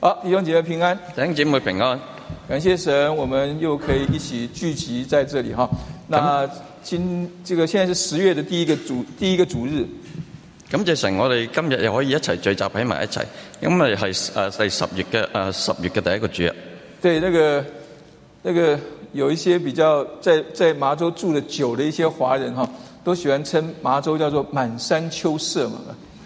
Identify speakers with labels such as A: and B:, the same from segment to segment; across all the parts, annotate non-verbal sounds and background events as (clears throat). A: 好，弟兄姐妹平安，
B: 弟兄姐妹平安。
A: 感谢神，我们又可以一起聚集在这里哈。那今这个现在是十月的第一个主第一个主日，
B: 感謝神，我哋今日又可以一齊聚集喺埋一齊。咁我哋係誒第十月嘅誒十月嘅第一個主日。
A: 对那个那个有一些比较在在麻州住的久的一些华人哈，都喜欢称麻州叫做满山秋色嘛。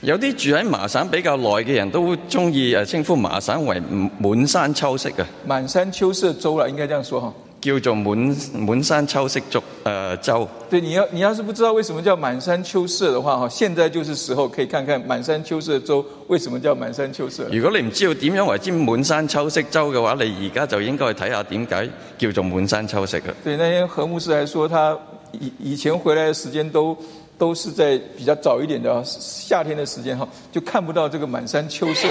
B: 有啲住喺麻省比較耐嘅人都中意誒稱呼麻省為滿山秋色啊，
A: 满山秋色州了，应该这样说哈。
B: 叫做滿滿山秋色族誒、呃州。
A: 对，你要你要是不知道为什么叫满山秋色的话哈，现在就是时候可以看看满山秋色州为什么叫满山秋色。
B: 如果你唔知道點樣為之滿山秋色州嘅話，你而家就應該去睇下點解叫做滿山秋色啊。
A: 对，那天何牧师还说，他以以前回来的时间都都是在比较早一点的夏天的时间哈，就看不到这个满山秋色。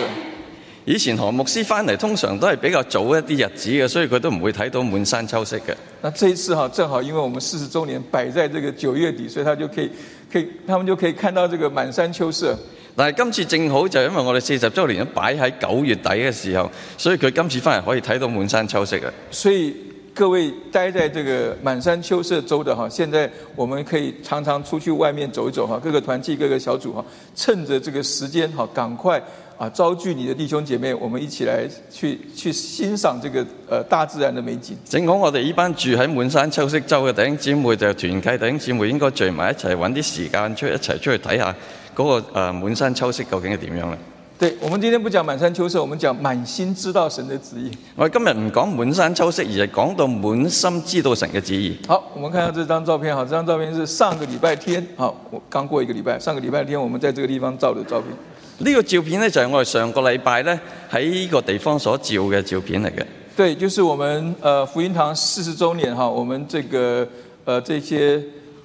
B: 以前何牧師翻嚟通常都係比較早一啲日子嘅，所以佢都唔會睇到滿山秋色嘅。
A: 那这一次哈，正好因为我们四十周年摆在这个九月底，所以他就可以可以他们就可以看到这个满山秋色。
B: 但係今次正好就因為我哋四十週年擺喺九月底嘅時候，所以佢今次翻嚟可以睇到滿山秋色啊！
A: 所以各位待在这个满山秋色州的哈，现在我们可以常常出去外面走一走哈，各个团契、各个小组哈，趁着这个时间哈，赶快啊招聚你的弟兄姐妹，我们一起来去去欣赏这个呃大自然的美景。
B: 正好我哋呢班住喺滿山秋色州嘅弟兄姊妹就團契弟兄姊妹應該聚埋一齊，揾啲時間出一齊出去睇下嗰、個誒、呃、滿山秋色究竟係點樣咧？
A: 对，我们今天不讲满山秋色，我们讲满心知道神的旨意。
B: 我哋今日唔講滿山秋色，而係講到滿心知道神嘅旨意。
A: 好，我们看到这张照片哈，这张照片是上个礼拜天好，我刚过一个礼拜，上个礼拜天我们在这个地方照的照片。
B: 呢、個照片呢，就係我哋上個禮拜呢喺呢個地方所照嘅照片嚟嘅。
A: 对，就是我们呃福音堂四十周年哈，我们这个呃这些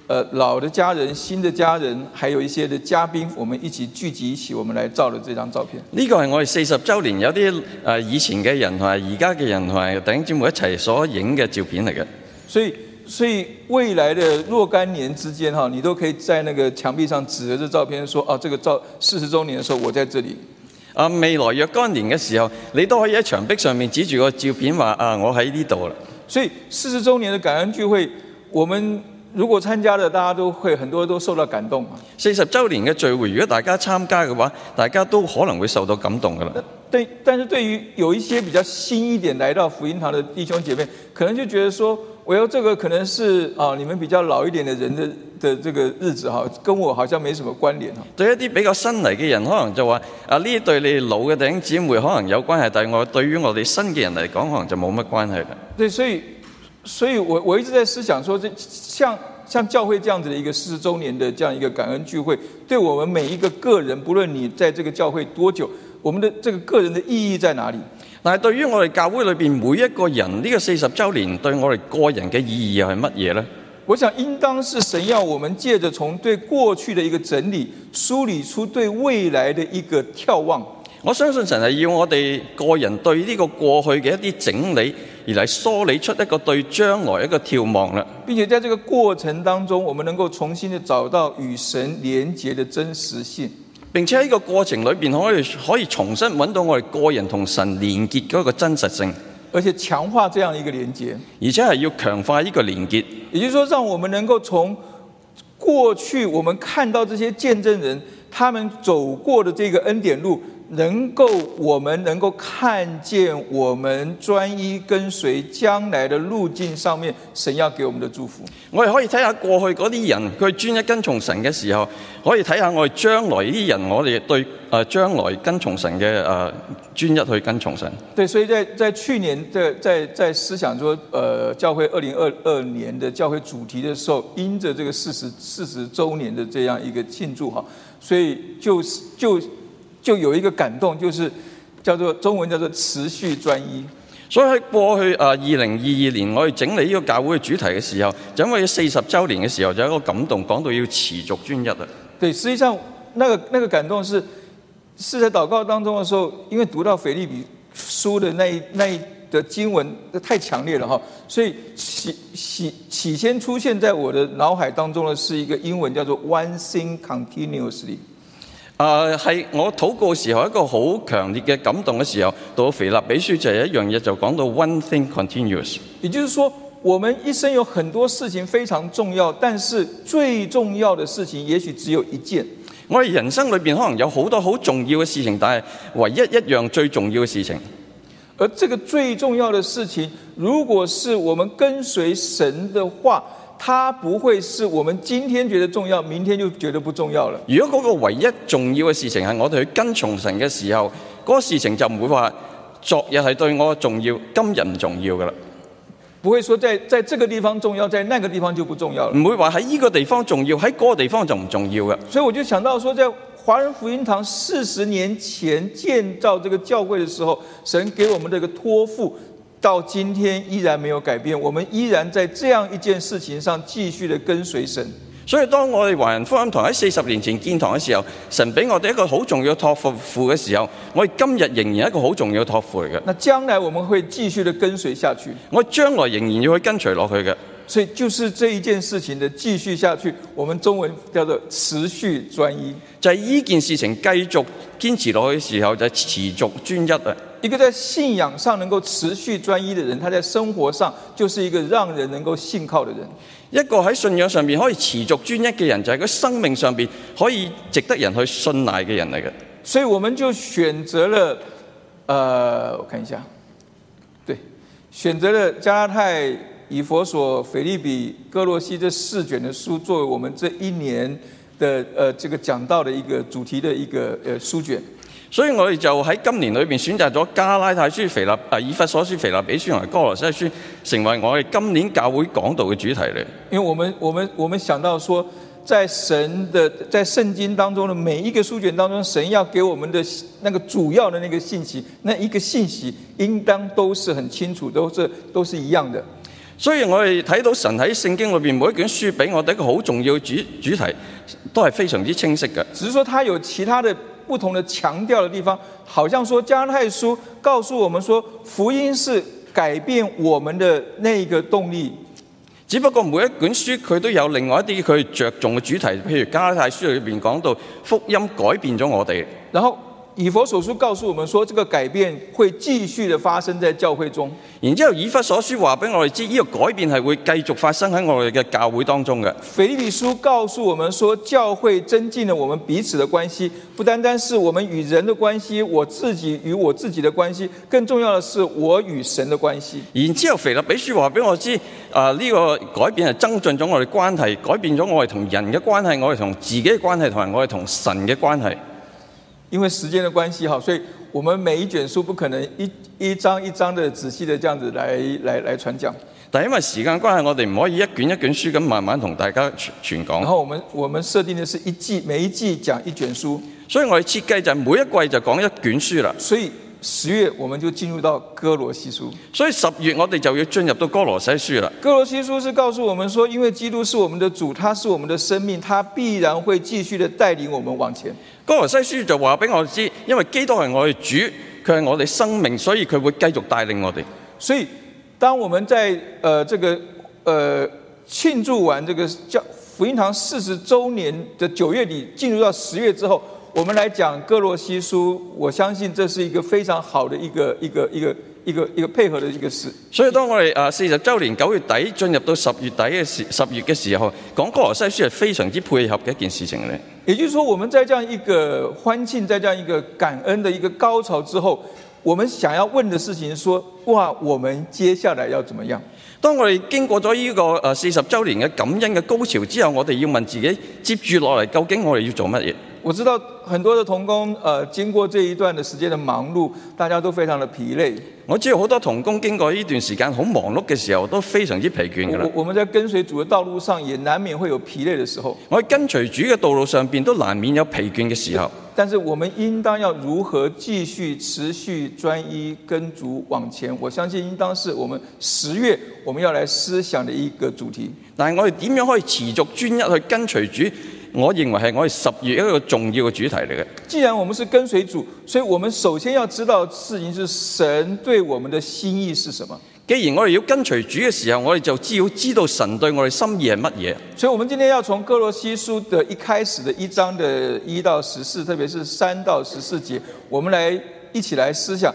A: 呃老的家人、新的家人，还有一些的嘉宾，我们一起聚集一起，我们来照了这张照片。
B: 呢個係我哋四十週年有啲誒、呃以前嘅人同埋而家嘅人同埋弟兄姊妹一齊所影嘅照片嚟嘅。
A: 所以，所以未来的若干年之间哈，你都可以在那个墙壁上指着这照片说：哦，这个照四十周年的时候，我在这里。
B: 啊，未來若干年嘅時候，你都可以喺牆壁上面指住個照片話啊，我喺呢度啦。
A: 所以四十周年的感恩聚会，我们如果参加的，大家都会很多都受到感动嘛。
B: 四十週年嘅聚會，如果大家參加嘅話，大家都可能會受到感動噶啦。
A: 对，但是对于有一些比较新一点来到福音堂的弟兄姐妹，可能就觉得说，我要这个可能是啊，你们比较老一点的人的的这个日子哈，跟我好像没什么关联哈。
B: 對一啲比較新嚟嘅人，可能就話啊呢對你老嘅弟兄姊妹可能有關係，但係我對於我哋新嘅人嚟講，可能就冇乜關係啦。
A: 对，所以，所以我我一直在思想说，这像像教会这样子的一个四十周年的这样一个感恩聚会，对我们每一个个人，不论你在这个教会多久，我们的这个个人的意义在哪里？
B: 但係對於我哋教會裏邊每一個人，呢、個四十週年對我哋個人嘅意義又係乜嘢呢？
A: 我想，应当是神要我们借着从对过去的一个整理，梳理出对未来的一个眺望。
B: 我相信神係要我哋個人對呢個過去嘅一啲整理，而嚟梳理出一個對將來一個眺望啦。
A: 并且在这个过程当中，我们能够重新的找到与神连结的真实性。
B: 並且喺呢個過程裏邊，可以可以重新揾到我哋個人同神連結嗰個真實性，
A: 而且强化这样一个连结，
B: 而且係要強化呢個連結。
A: 也就是说，让我们能够从过去我们看到这些见证人他们走过的这个恩典路，能够我们能够看见我们专一跟随将来的路径上面，神要给我们的祝福。
B: 我哋可以睇下過去嗰啲人，佢專一跟從神嘅時候，可以睇下我哋將來呢啲人，我哋對誒、呃、將來跟從神嘅誒、呃、專一去跟從神。
A: 对，所以在在去年在在在思想说，呃，教会二零二二年的教会主题的时候，因着这个四十四十周年的这样一个庆祝哈，所以就是就就有一个感动，就是叫做中文叫做持续专一。
B: 所以喺過去誒啊二零二二年，我哋整理呢個教會嘅主題嘅時候，就因為四十週年嘅時候，就有一個感動，講到要持續專一啊。
A: 对，实际上那个那个感动是是在祷告当中的时候，因为读到腓利比书的那一那一的经文太强烈了哈，所以起起起先出现在我的脑海当中的是一个英文叫做 “one thing continuously”。
B: 啊、啊，係我禱告時候一個好強烈嘅感動嘅時候，到腓立比書就係一樣嘢，就講到 one thing continues。
A: 也就是说，我们一生有很多事情非常重要，但是最重要的事情也许只有一件。
B: 我哋人生裏邊可能有好多好重要嘅事情，但係唯一一樣最重要嘅事情，
A: 而这个最重要的事情，如果是我们跟随神的话，它不会是我们今天觉得重要，明天就觉得不重要了。
B: 如果嗰個唯一重要嘅事情係我哋去跟從神嘅時候，嗰、個事情就唔會話昨日係對我重要，今日唔重要噶啦，
A: 不会说在在这个地方重要，在那个地方就不重要了。
B: 唔會話喺呢個地方重要，喺嗰個地方就唔重要嘅。
A: 所以我就想到说，在华人福音堂四十年前建造这个教会的时候，神给我们这个托付，到今天依然没有改变，我们依然在这样一件事情上继续的跟随神。
B: 所以當我哋華人福音堂喺四十年前建堂嘅時候，神俾我哋一個好重要嘅托付嘅時候，我哋今日仍然一個好重要嘅托付嚟嘅。
A: 那将来我们會繼續的跟隨下去，
B: 我將來仍然要去跟隨落去嘅。
A: 所以就是這一件事情的繼續下去，我們中文叫做持續專一。
B: 就係呢件事情繼續堅持落去嘅時候，就係持續專一啊！
A: 一個在信仰上能夠持續專一的人，他在生活上就是一個讓人能夠信靠的人。
B: 一個喺信仰上面可以持續專一嘅人，就係佢生命上面可以值得人去信賴嘅人嚟嘅。
A: 所以我們就選擇了，呃，我看一下，對，選擇了加拉太、以佛所、腓利比、哥洛西這四卷的書作為我們這一年的呃這個講到的一個主題的一個呃書卷。
B: 所以我哋就喺今年裏面選擇咗加拉太書、肥立啊、以弗所書、肥立比書同埋哥羅西書，成為我哋今年教會講道嘅主題嚟。
A: 因为我们我们我们想到说，在神的在圣经当中的每一个书卷当中，神要给我们的那个主要的那个信息，那一个信息应当都是很清楚，都是都是一样的。
B: 所以我哋睇到神喺聖經裏面每一卷書俾我哋一個好重要嘅主主題，都係非常之清晰嘅。
A: 只是说它有其他的不同的强调的地方，好像说加拉太书告诉我们说，福音是改变我们的那个动力，
B: 只不過每一本書佢都有另外一啲佢着重嘅主題，譬如加拉太書裏邊講到福音改變咗我哋，
A: 然后。以佛所书告诉我们说，这个改变会继续的发生在教会中。
B: 然之後以弗所書話俾我哋知，呢、個改變係會繼續發生喺我哋嘅教會當中嘅。
A: 腓立比书告诉我们说，教会增进了我们彼此的关系，不单单是我们与人的关系，我自己与我自己的关系，更重要的是我与神的关系。
B: 然之後腓立比書話俾我知，啊、呢、個改變係增進咗我哋關係，改變咗我哋同人嘅關係，我哋同自己嘅關係，同埋我哋同神嘅關係。
A: 因为时间的关系哈，所以我们每一卷书不可能一一章一章的仔细的这样子来来来传讲。
B: 但因為時間關係，我哋唔可以一卷一卷書咁慢慢同大家傳傳
A: 然
B: 講，
A: 后我们我们设定的是一季，每一季讲一卷书，
B: 所以我哋設計就係每一季就講一卷書啦。
A: 所以十月我们就进入到哥罗西书。
B: 所以十月我哋就要進入到哥羅西書啦。
A: 哥罗西书是告诉我们说，因为基督是我们的主，他是我们的生命，他必然会继续的带领我们往前。
B: 哥羅西書就話俾我哋知，因為基督係我哋主，佢係我哋生命，所以佢會繼續帶領我哋。
A: 所以，当我们在呃这个呃庆祝完这个教福音堂四十周年的九月底，进入到十月之后，我们来讲哥罗西书，我相信这是一个非常好的一个一个一个一个一个配合的一个事。
B: 所以當我哋啊四十週年九月底進入到十月底嘅時十月嘅時候，講哥羅西書係非常之配合嘅一件事情嚟。
A: 也就是说，我们在这样一个欢庆，在这样一个感恩的一个高潮之后，我们想要问的事情说：哇，我们接下来要怎么样？
B: 當我哋經過咗呢個啊四十週年嘅感恩嘅高潮之後，我哋要問自己，接住落嚟究竟我哋要做乜嘢？
A: 我知道很多的童工，呃，经过这一段的时间的忙碌，大家都非常的疲累。
B: 我知道好多童工經過呢段時間好忙碌嘅時候，都非常之疲倦㗎
A: 我
B: 啦
A: 我。我们在跟随主的道路上，也難免會有疲累的時候，
B: 我喺跟隨主嘅道路上邊都難免有疲倦嘅時候，
A: 但是我们应當要如何繼續持續專一跟主往前？我相信应當是我們十月我們要來思想的一個主題。
B: 但係我哋點樣可以持續專一去跟隨主？我認為係我哋十月一個重要嘅主題嚟嘅。
A: 既然我們是跟隨主，所以我們首先要知道的事情是神對我們的心意是什麼。
B: 既然我哋要跟隨主嘅時候，我哋就知要知道神對我哋心意係乜嘢。
A: 所以，我们今天要从哥罗西书的一开始的一章的一到十四，特别是三到十四节，我们来一起来思想，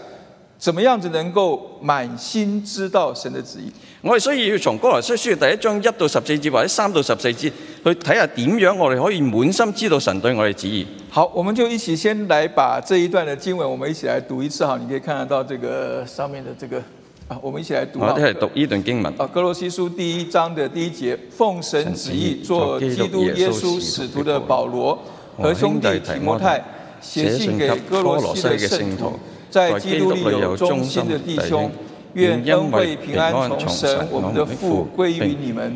A: 怎么样子能够满心知道神的旨意。
B: 我哋所以要從哥羅西書第一章一到十四節或者三到十四節去睇下點樣我哋可以滿心知道神對我哋旨意。
A: 好，我们就一起先来把这一段的经文，我们一起来读一次哈。你可以看得到这个上面的这个啊，我们一起来读
B: 我
A: 哈。
B: 哋係讀呢段經文。
A: 啊，哥罗西书第一章的第一节，奉神旨意做基督耶稣使徒的保罗和兄弟提摩太，写信给哥罗西的圣徒，在基督里有忠心的弟兄，愿恩惠平安从神我们的父归于你们。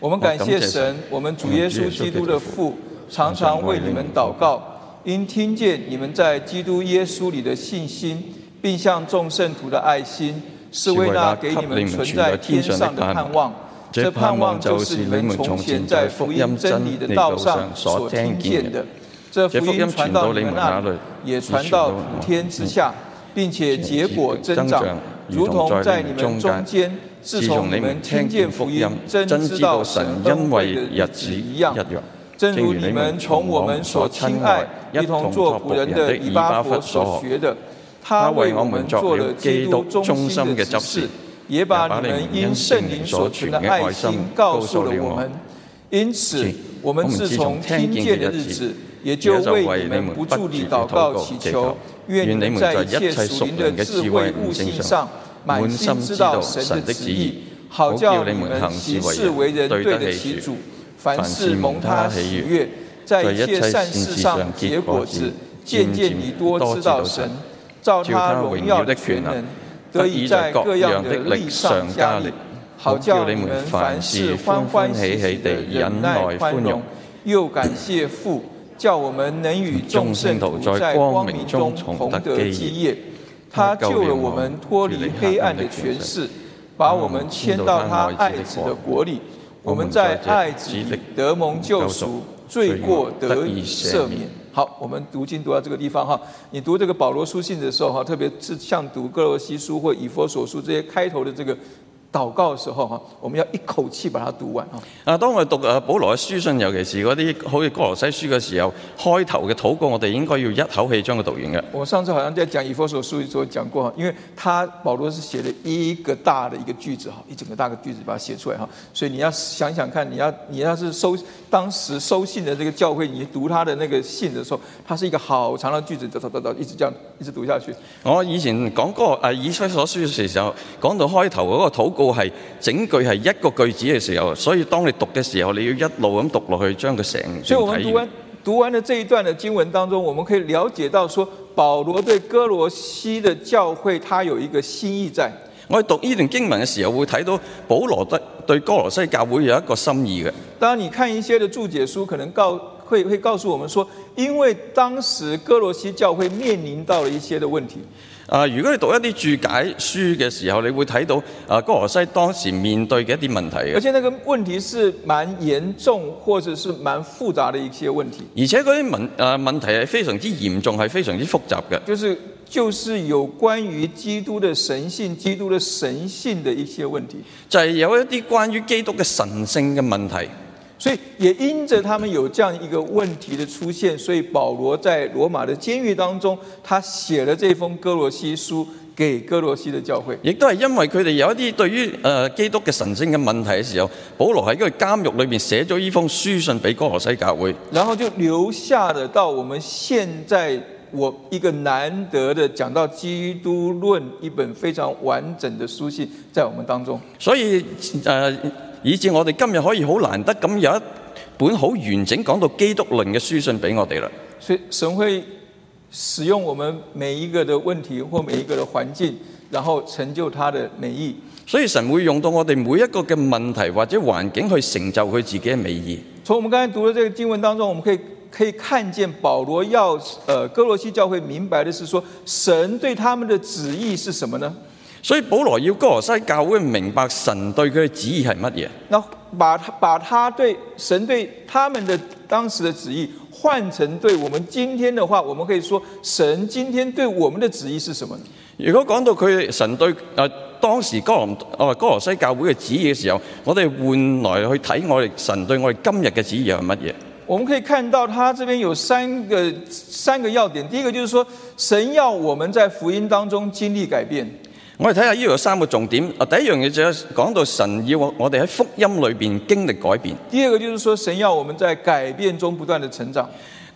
A: 我们感谢神，我们主耶稣基督的父，常常为你们祷告，因听见你们在基督耶稣里的信心，并向众圣徒的爱心，是为那给你们存在天上的盼望。这盼望就是你们从前在福音真理的道上所听见的。这福音传到你们那里，也传到普天之下，并且结果增长，如同在你们中间。自
B: 自
A: 从
B: 從
A: 你
B: 你
A: 们
B: 們
A: 听
B: 聽
A: 见
B: 見
A: 福
B: 福
A: 音
B: 音，，
A: 真
B: 真
A: 知
B: 知
A: 道
B: 道
A: 神
B: 神
A: 恩
B: 恩
A: 惠
B: 惠
A: 的
B: 日
A: 日
B: 子
A: 子
B: 一
A: 一
B: 樣
A: 样，。正
B: 正
A: 如
B: 如
A: 你
B: 你
A: 們
B: 們
A: 從
B: 從
A: 我
B: 我
A: 們
B: 們
A: 所
B: 所
A: 親
B: 親
A: 愛
B: 愛、
A: 一
B: 一
A: 同
B: 同
A: 做
B: 做
A: 仆
B: 仆
A: 人
B: 人
A: 的
B: 的
A: 以
B: 以
A: 巴
B: 巴
A: 佛
B: 弗
A: 所
B: 所
A: 学
B: 學
A: 的，他
B: 他
A: 為
B: 為
A: 我
B: 我
A: 們
B: 們
A: 做
B: 作
A: 了
B: 了
A: 基
B: 基
A: 督
B: 督
A: 忠
B: 忠
A: 心
B: 心
A: 的
B: 的
A: 指
B: 執
A: 示
B: 事，
A: 也把你
B: 也把
A: 們
B: 你們
A: 因
B: 因
A: 聖
B: 聖
A: 靈
B: 靈
A: 所
B: 所
A: 存
B: 存
A: 的
B: 的
A: 愛
B: 愛
A: 心
B: 心
A: 告
B: 告
A: 訴
B: 訴
A: 了
B: 了
A: 我
B: 我
A: 們
B: 們。
A: 因此，我们自从听见的日子，也就为你们不住地祷告祈求，愿你们在一切属灵的智慧悟性上，满心知道神的旨意，好叫你们行事为人对得起主，凡事蒙他喜悦，在一切善事上结果子，渐渐你多知道神，照他荣耀的啊全能，得以在各样的力上加力。好叫你们凡事欢欢喜喜地忍耐宽容，又感谢父，叫我们能与众圣徒在光明中同得基业。他救了我们脱离黑暗的权势，把我们迁到他爱子的国里。我们在爱子里得蒙救赎，罪过得以赦免。好，我们读经读到这个地方哈，你读这个保罗书信的时候哈，特别是像读哥罗西书或以佛所书这些开头的这个祷告的时候哈，我们要一口氣把它讀完哈。
B: 啊，當我哋讀啊保羅嘅書信，尤其是嗰啲好似哥羅西書嘅時候，開頭嘅禱告，我哋應該要一口氣將佢讀完嘅。
A: 我上次好像在講以佛所書的時候講過哈，因為他保罗是寫了一個大的一個句子哈，一整個大的句子把它寫出來哈，所以你要想想看，你要你要是收當時收信的這個教會，你讀他的那個信的時候，它是一個好長的句子，哒哒哒哒，一直這樣一直讀下去。
B: 我以前講嗰個誒啊以西所書嘅時候，講到開頭嗰個禱告係整句係一個句子嘅時候，所以當你讀嘅時候，你要一路咁讀落去，將佢成段
A: 所以我們
B: 睇
A: 讀
B: 完
A: 完讀完了這一段的經文當中，我們可以了解到說，保羅對哥羅西的教會，他有一個心意在。
B: 我哋讀呢段經文嘅時候，會睇到保羅對對哥羅西教會有一個心意嘅。
A: 当你看一些的注解书，可能告会会告诉我们说，因為當時哥羅西教會面臨到了一些的問題，
B: 啊，如果你讀一啲注解書嘅時候，你會睇到啊哥羅西當時面對嘅一啲問題嘅
A: 而。且那個問題是蠻嚴重或者是蠻複雜的一些問題，
B: 而且嗰啲問誒問題係非常之嚴重，係非常之複雜嘅。
A: 就是就是有關於基督的神性、基督的神性的一些問題，
B: 就係、有一啲關於基督嘅神性嘅問題。
A: 所以也因着他們有這樣一個問題的出現，所以保羅在羅馬的監獄當中，他寫了這封哥羅西書給哥羅西的教會。
B: 亦都係因為佢哋有一啲對於誒、呃基督嘅神性嘅問題嘅時候，保羅喺嗰個監獄裏面寫咗呢封書信俾哥羅西教會，
A: 然后就留下了到我们现在我一个难得的讲到基督论一本非常完整的书信在我们当中。
B: 所以誒、呃以致我哋今日可以好難得咁有一本好完整講到基督論嘅書信俾我哋啦。
A: 所以神会使用我们每一个的问题或每一个的环境，然后成就他的美意。
B: 所以神會用到我哋每一個嘅問題或者環境去成就佢自己嘅美意。
A: 从我们刚才读的这个经文当中，我们可以可以看见保罗要呃哥罗西教会明白的是说，神对他们的旨意是什么呢？
B: 所以保羅要哥羅西教會明白神對佢嘅旨意係乜嘢。
A: 那把他把他对神对他们的当时的旨意换成对我们今天的话，我们可以说，神今天对我们的旨意是什么呢？
B: Nếu chúng ta có thể hiểu được Chúa đối với chúng ta là gì, chúng ta sẽ biết Chúa đối với chúng ta là gì. Nếu chúng ta có thể hiểu được Chúa đối với chúng ta là gì, chúng ta sẽ biết Chúa đối với chúng ta là gì. Nếu chúng ta có thể hiểu được Chúa đối với chúng ta là gì, chúng ta sẽ biết Chúa đối với chúng ta là gì. Nếu chúng ta có thể hiểu được Chúa đối với chúng ta là gì, chúng ta sẽ biết Chúa đối với chúng ta là gì. Nếu chúng ta có thể hiểu được Chúa đối với chúng ta là gì, chúng ta sẽ biết Chúa đối với chúng ta là gì. Nếu chúng ta có thể hiểu được Chúa đối với chúng ta là gì, chúng ta sẽ biết Chúa đối với chúng ta là gì. Nếu chúng ta có thể hiểu được Chúa đối với chúng ta là gì, chúng ta sẽ biết Chúa đối với chúng ta là gì. Nếu chúng ta có thể hiểu được Chúa đối với chúng ta là gì, chúng ta sẽ biết Chúa đối với chúng ta là gì. Nếu chúng ta có thể hiểu được Chúa đối với chúng ta là gì, chúng ta sẽ biết Chúa đối với chúng ta là gì. Nếu chúng ta có thể hiểu được Chúa đối với chúng ta là gì, chúng ta sẽ biết Chúa đối với chúng ta là gì. Nếu chúng ta có thể hiểu được Chúa đối với chúng ta là gì, chúng ta sẽ biết Chúa đối với chúng ta là gì 如果講到佢神對誒、呃、當時哥林呃哥羅西教會嘅旨意嘅時候，我哋換來去睇我哋神對我哋今日嘅旨意係乜嘢？
A: 我们可以看到，他这边有三个三个要点。第一个就是说，神要我们在福音当中经历改变。
B: 我哋睇下呢度有三個重點。啊，第一樣嘢就係講到神要我哋喺福音裏邊經歷改變；
A: 第二个就是说，神要我们在改變中不断的成長；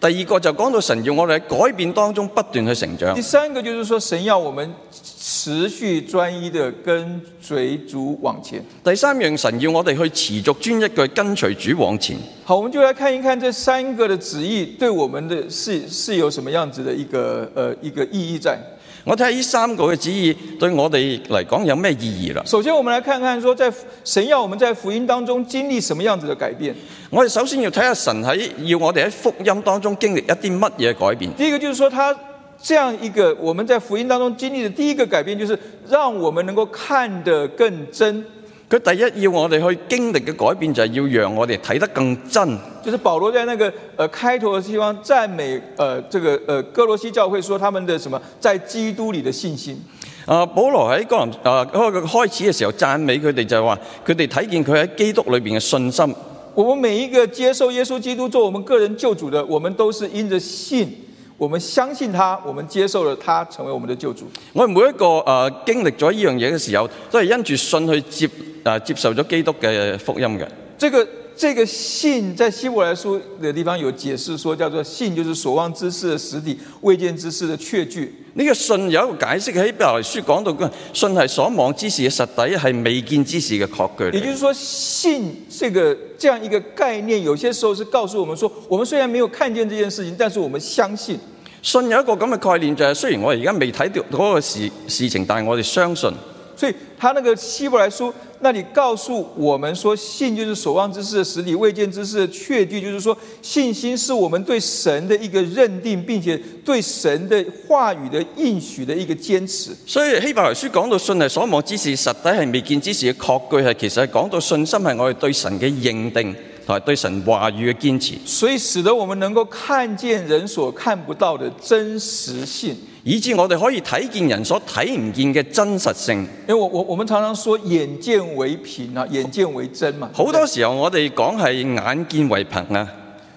B: 第二個就講到神要我哋喺改變當中不斷去成長
A: 第；三个就是说，神要我們持續專一的跟隨主往前。
B: 第三樣神要我哋去持續專一嘅跟隨主往前。
A: 好，我們就來看一看這三個的旨意對我們的是是有什麼樣子的一個呃一個意義在。
B: 我睇下呢三個嘅旨意對我哋嚟講有咩意義啦？
A: 首先，我們來看看說，在神要我們在福音当中經歷什麼樣子的改變。
B: 我哋首先要睇下神喺要我哋喺福音當中經歷一啲乜嘢改變。
A: 第一个就是说，他这样一个我们在福音当中经历的第一个改变，就是让我们能够看得更真。
B: 佢第一要我哋去經歷嘅改變就係要讓我哋睇得更真。
A: 就是保罗在那个呃开头的地方赞美呃这个呃哥罗西教会说他们的什么在基督里的信心，
B: 啊，保羅喺哥林啊開開始嘅時候讚美佢哋就係話，佢哋睇見佢喺基督裏邊嘅信心。
A: 我们每一个接受耶稣基督做我们个人救主的，我们都是因着信，我们相信他，我们接受了他成为我們的救主。
B: 我哋每一個誒、呃、經歷咗呢樣嘢嘅時候，都係因住信去接誒、呃接受咗基督嘅福音嘅。
A: 这个这个信在希伯来书的地方有解释说，叫做信就是所望之事的实体，未见之事的确据。
B: 呢、個信有一個解釋喺《伯來書》講到嘅，信係所望之事嘅實底，係未見之事嘅確據
A: 也
B: 嚟
A: 就。是说，信这个这样一个概念，有些时候是告诉我们说，我们虽然没有看见这件事情，但是我们相信。
B: 信有一個咁嘅概念，就係、雖然我而家未睇到嗰個事事情，但係我哋相信。
A: 所以他那个希伯来书那里告诉我们说，信就是所望之事的实体，未见之事的确据。就是说，信心是我们对神的一个认定，并且对神的话语的应许的一个坚持。
B: 所以希伯來書講到信係所望之事，實底係未見之事嘅確據，係其實係講到信心係我哋對神嘅認定同埋對神話語嘅堅持，
A: 所以使得我们能够看见人所看不到的真实性。
B: 以致我哋可以睇見人所睇唔見嘅真實性。
A: 因为我我我们常常说眼见为凭啊，眼见为真嘛。
B: 好多時候我哋講係眼見為憑啊，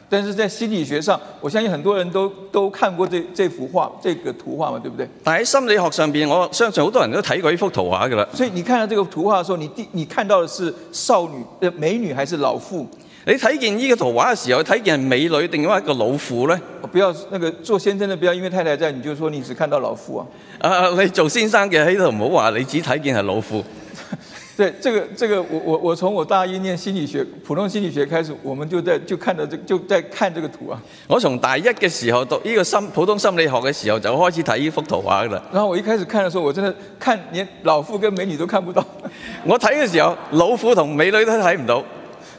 A: 但是在心理学上，我相信很多人都都看过这这幅画、这个图画嘛，对不对？
B: 但喺心理學上邊，我相信好多人都睇過呢幅圖畫㗎啦。
A: 所以你看到这个图画的时候，你第你看到的是少女、呃美女还是老妇？
B: 你睇見呢個圖畫嘅時候，睇見係美女定話一個老婦呢？
A: 哦不要那个做先生的，不要因为太太在，你就说你只看到老妇啊。
B: 啊，你做先生嘅喺度唔好話你只睇見係老婦。
A: 对，这个这个，我我我从我大一念心理学、普通心理学开始，我们就在就看到这就在看这个图啊。
B: 我從大一嘅時候讀呢個心普通心理學嘅時候就開始睇呢幅圖畫㗎啦。
A: 然后我一开始看的时候，我真的看连老妇跟美女都看不到， (laughs)
B: 我睇嘅時候，老虎同美女都睇唔到。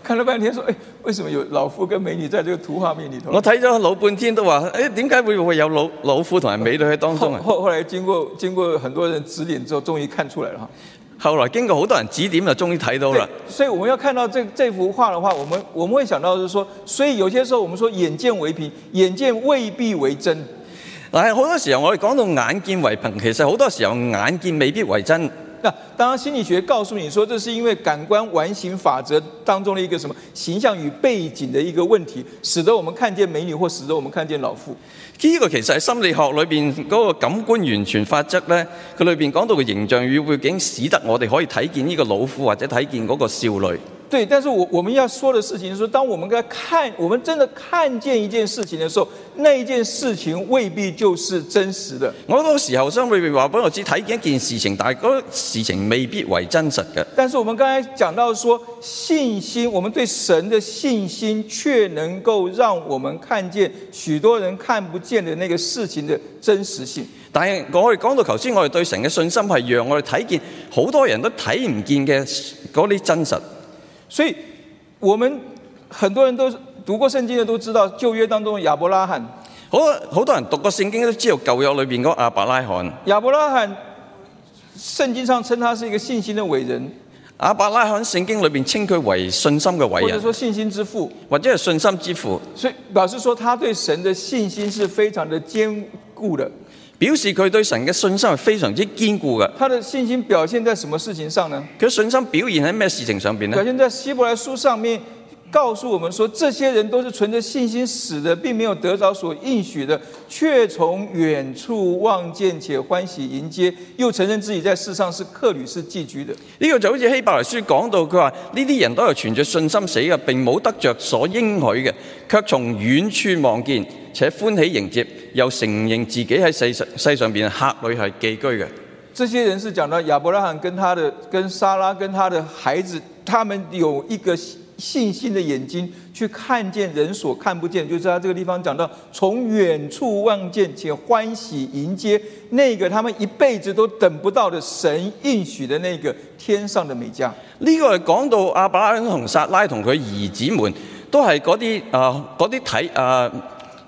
A: 看了半天说，哎，为什么有老妇跟美女在这个圖畫面里头？
B: 我睇咗老半天都話：，誒點解會會有老老虎同埋美女喺當
A: 后
B: 中啊？
A: 后后来经过经过很多人指點之後，終於看出來了哈。
B: 後來經過好多人指點，就終於睇到啦
A: (laughs) 对。，所以我们要看到这这幅画的话，我们我们会想到是说，所以有些时候我们说眼见为凭，眼见未必为真。
B: 但係好多時候我哋講到眼見為憑，其實好多時候眼見未必為真。
A: 那当然，心理学告诉你说，这是因为感官完形法则当中的一个什么形象与背景的一个问题，使得我们看见美女或使得我们看见老妇。
B: 呢、個其實係心理學裏邊嗰個感官完全法則咧，佢裏邊講到嘅形象與背景，使得我哋可以睇見呢個老虎或者睇見嗰個少女。
A: 对，但是我我们要说的事情是说，当我们在看，我们真的看见一件事情的时候，那一件事情未必就是真实的。
B: 我好多時候心裏邊話俾我知睇見一件事情，但係嗰個事情未必為真實嘅。
A: 但是我们刚才讲到说，信心，我们对神的信心，却能够让我们看见许多人看不见的那个事情的真实性。
B: 但係我哋講到頭先，我哋對神嘅信心係讓我哋睇見好多人都睇唔見嘅嗰啲真實。
A: 所以，我们很多人都读过圣经的都知道，旧约当中的亚伯拉罕，
B: 好多好多人讀過聖經都知道舊約裏邊嗰個亞伯拉罕，
A: 亚伯拉罕，圣经上称他是一个信心的伟人，
B: 亞伯拉罕聖經裏邊稱佢為信心嘅偉
A: 或者
B: 人，
A: 说信心之父。
B: 或者係信心之父。
A: 所以表示说，他对神的信心是非常的坚固的。
B: 表示佢對神嘅信心係非常之堅固嘅。
A: 他的信心表現在什麼事情上呢？
B: 佢信心表現喺咩事情上邊
A: 表
B: 呢？
A: 現在希伯來書上面告訴我們說，這些人都是存着信心死的，並沒有得着所應許的，卻從遠處望見且歡喜迎接，又承認自己在世上是客旅是寄居的。
B: 呢、個就好似希伯來書講到，佢話呢啲人都係存着信心死嘅，並冇得着所應許嘅，卻從遠處望見，且歡喜迎接，又承認自己喺世上世上邊係客旅係寄居嘅。
A: 這些人是講到亞伯拉罕跟他的、跟莎拉跟他的孩子，他們有一個信心的眼睛去看見人所看不見，就是他这个地方講到從遠處望見且歡喜迎接那個他們一輩子都等不到的神應許的那個天上的美佳。
B: 呢、個係講到阿伯拉罕同撒拉同佢兒子們都係嗰啲啊嗰啲睇啊，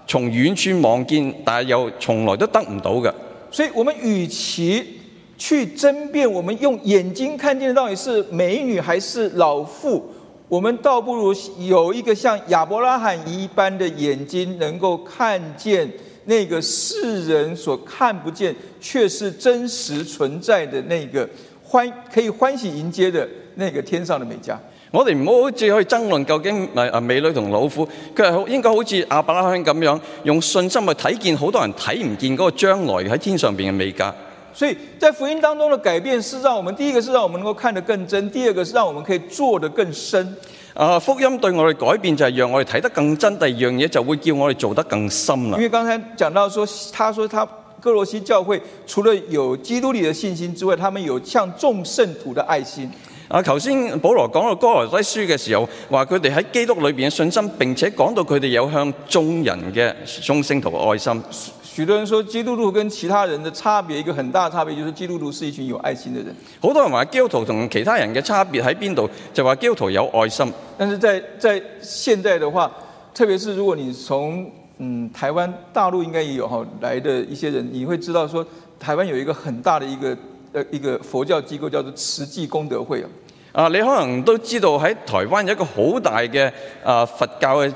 B: 從遠處望見，但係又從來都得唔到嘅。
A: 所以，我們與其去爭辯，我們用眼睛看見的到底是美女還是老妇，我們倒不如有一個像亚伯拉罕一般的眼睛，能夠看見那個世人所看不見，却是真實存在的那個欢可以歡喜迎接的那個天上的美佳。
B: 我哋唔好好似去爭論究竟誒誒美女同老虎，佢係好應該好似阿伯拉罕咁樣，用信心去睇見好多人睇唔見嗰個將來喺天上邊嘅美格。
A: 所以在福音當中的改變，是讓我們第一個是讓我們能夠看得更真，第二個是讓我們可以做得更深。
B: 啊，福音對我哋改變就係讓我哋睇得更真，第二樣嘢就會叫我哋做得更深啦
A: 因。为刚才讲到说，他说他哥罗西教会除了有基督里的信心之外，他们有向众圣徒的爱心。
B: 啊，頭先保羅講到哥羅西書嘅時候，話佢哋喺基督裏邊嘅信心，並且講到佢哋有向眾人嘅眾聖徒嘅愛心。
A: 许多人说，基督徒跟其他人的差别，一个很大的差别就是基督徒是一群有爱心的人。
B: 好多人話基督徒同其他人嘅差別喺邊度？就話基督徒有愛心。
A: 但是在在现在的话，特别是如果你从嗯台湾、大陆应该也有哈来的一些人，你会知道说，台湾有一个很大的一个呃一个佛教机构叫做慈济功德会啊。
B: 啊，你可能都知道喺台灣有一個好大嘅啊佛教嘅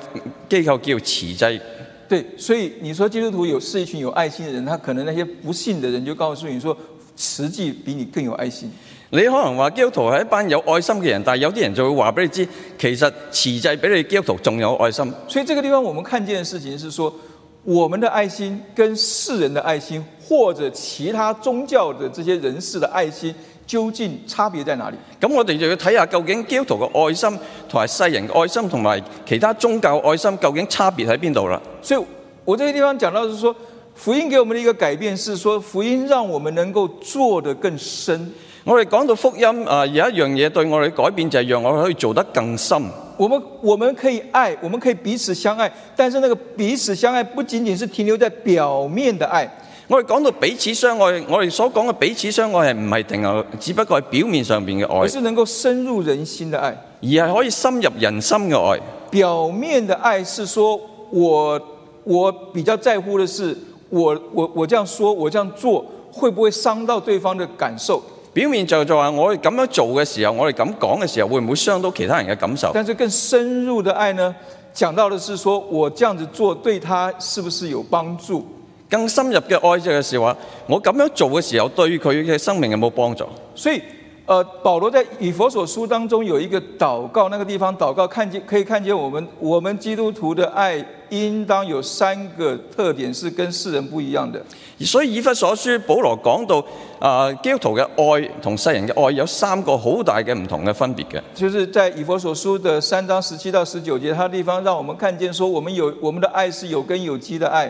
B: 機構叫慈濟。
A: 对，所以你说基督徒有是一群有爱心的人，他可能那些不信的人就告诉你说，慈济比你更有爱心。
B: 你可能話基督徒係一班有愛心嘅人，但係有啲人就會話俾你知，其實慈濟比你基督徒仲有愛心。
A: 所以这个地方我们看见的事情是说，我们的爱心跟世人的爱心，或者其他宗教的这些人士的爱心，究竟差别在哪里？
B: 咁我哋就要睇下究竟基督徒嘅愛心同埋世人嘅愛心同埋其他宗教嘅愛心究竟差別喺邊度啦？
A: 所以我这个地方讲到是说，福音给我们的一个改变是说，福音让我们能够做得更深。
B: 我哋講到福音啊、有一樣嘢對我哋嘅改變就係讓我哋可以做得更深。
A: 我们我们可以爱，我们可以彼此相爱，但是那个彼此相爱不仅仅是停留在表面的爱，
B: 我哋講到彼此相愛，我哋所講嘅彼此相愛係唔係停留，只不過係表面上邊嘅
A: 而
B: 愛，
A: 是能够深入人心的愛。
B: 而係可以深入人心嘅愛。
A: 表面的愛是说我我比较在乎的是我我我这样说，我这样做会不会伤到對方的感受？
B: 表面就就話我哋咁樣做嘅時候，我哋咁講嘅時候，會唔會傷到其他人嘅感受？
A: 但是更深入的愛呢，講到的是说我这样子做對他是不是有幫助？
B: 更深入嘅愛就係是話，我咁樣做嘅時候，對佢嘅生命有冇幫助？
A: 所以，呃，保罗在以佛所书当中有一个祷告，那个地方祷告看见可以看见我们我们基督徒的爱，应当有三个特点是跟世人不一样的。
B: 所以以弗所書保羅講到啊、基督徒嘅愛同世人嘅愛有三個好大嘅唔同嘅分別嘅。
A: 就是在以佛所书的三章十七到十九节，它地方让我们看见说，我们有我们的爱是有根有基的爱，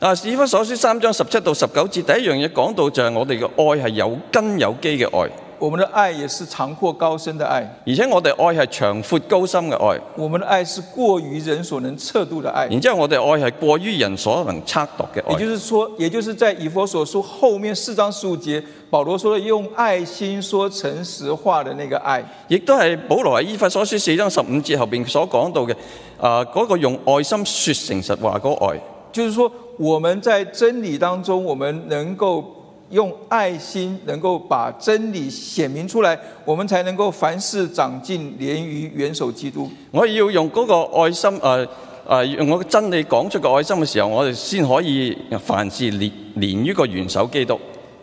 B: 啊，以弗所書三章十七到十九節第一樣嘢講到就係我哋嘅愛係有根有基嘅愛，
A: 我们的爱也是長闊高深的爱，
B: 而且我哋愛係長闊高深嘅愛，
A: 我们的爱是過於人所能測度的爱。
B: 然之後我哋愛係過於人所能測度嘅
A: 也
B: 愛
A: 就。是说，也就是在以佛所书后面四章十五节，保罗说的用爱心说诚实话的那个爱。
B: 亦都係保羅喺依法所書四章十五節後邊所講到嘅，啊、嗰、個用愛心説誠實話嗰個愛，
A: 就是说，我们在真理当中，我们能够用爱心，能够把真理显明出来，我们才能够凡事长进，连于元首基督。
B: 我要用嗰個愛心，誒、啊、呃用我嘅真理講出個愛心嘅時候，我哋先可以凡事連連於個元首基督。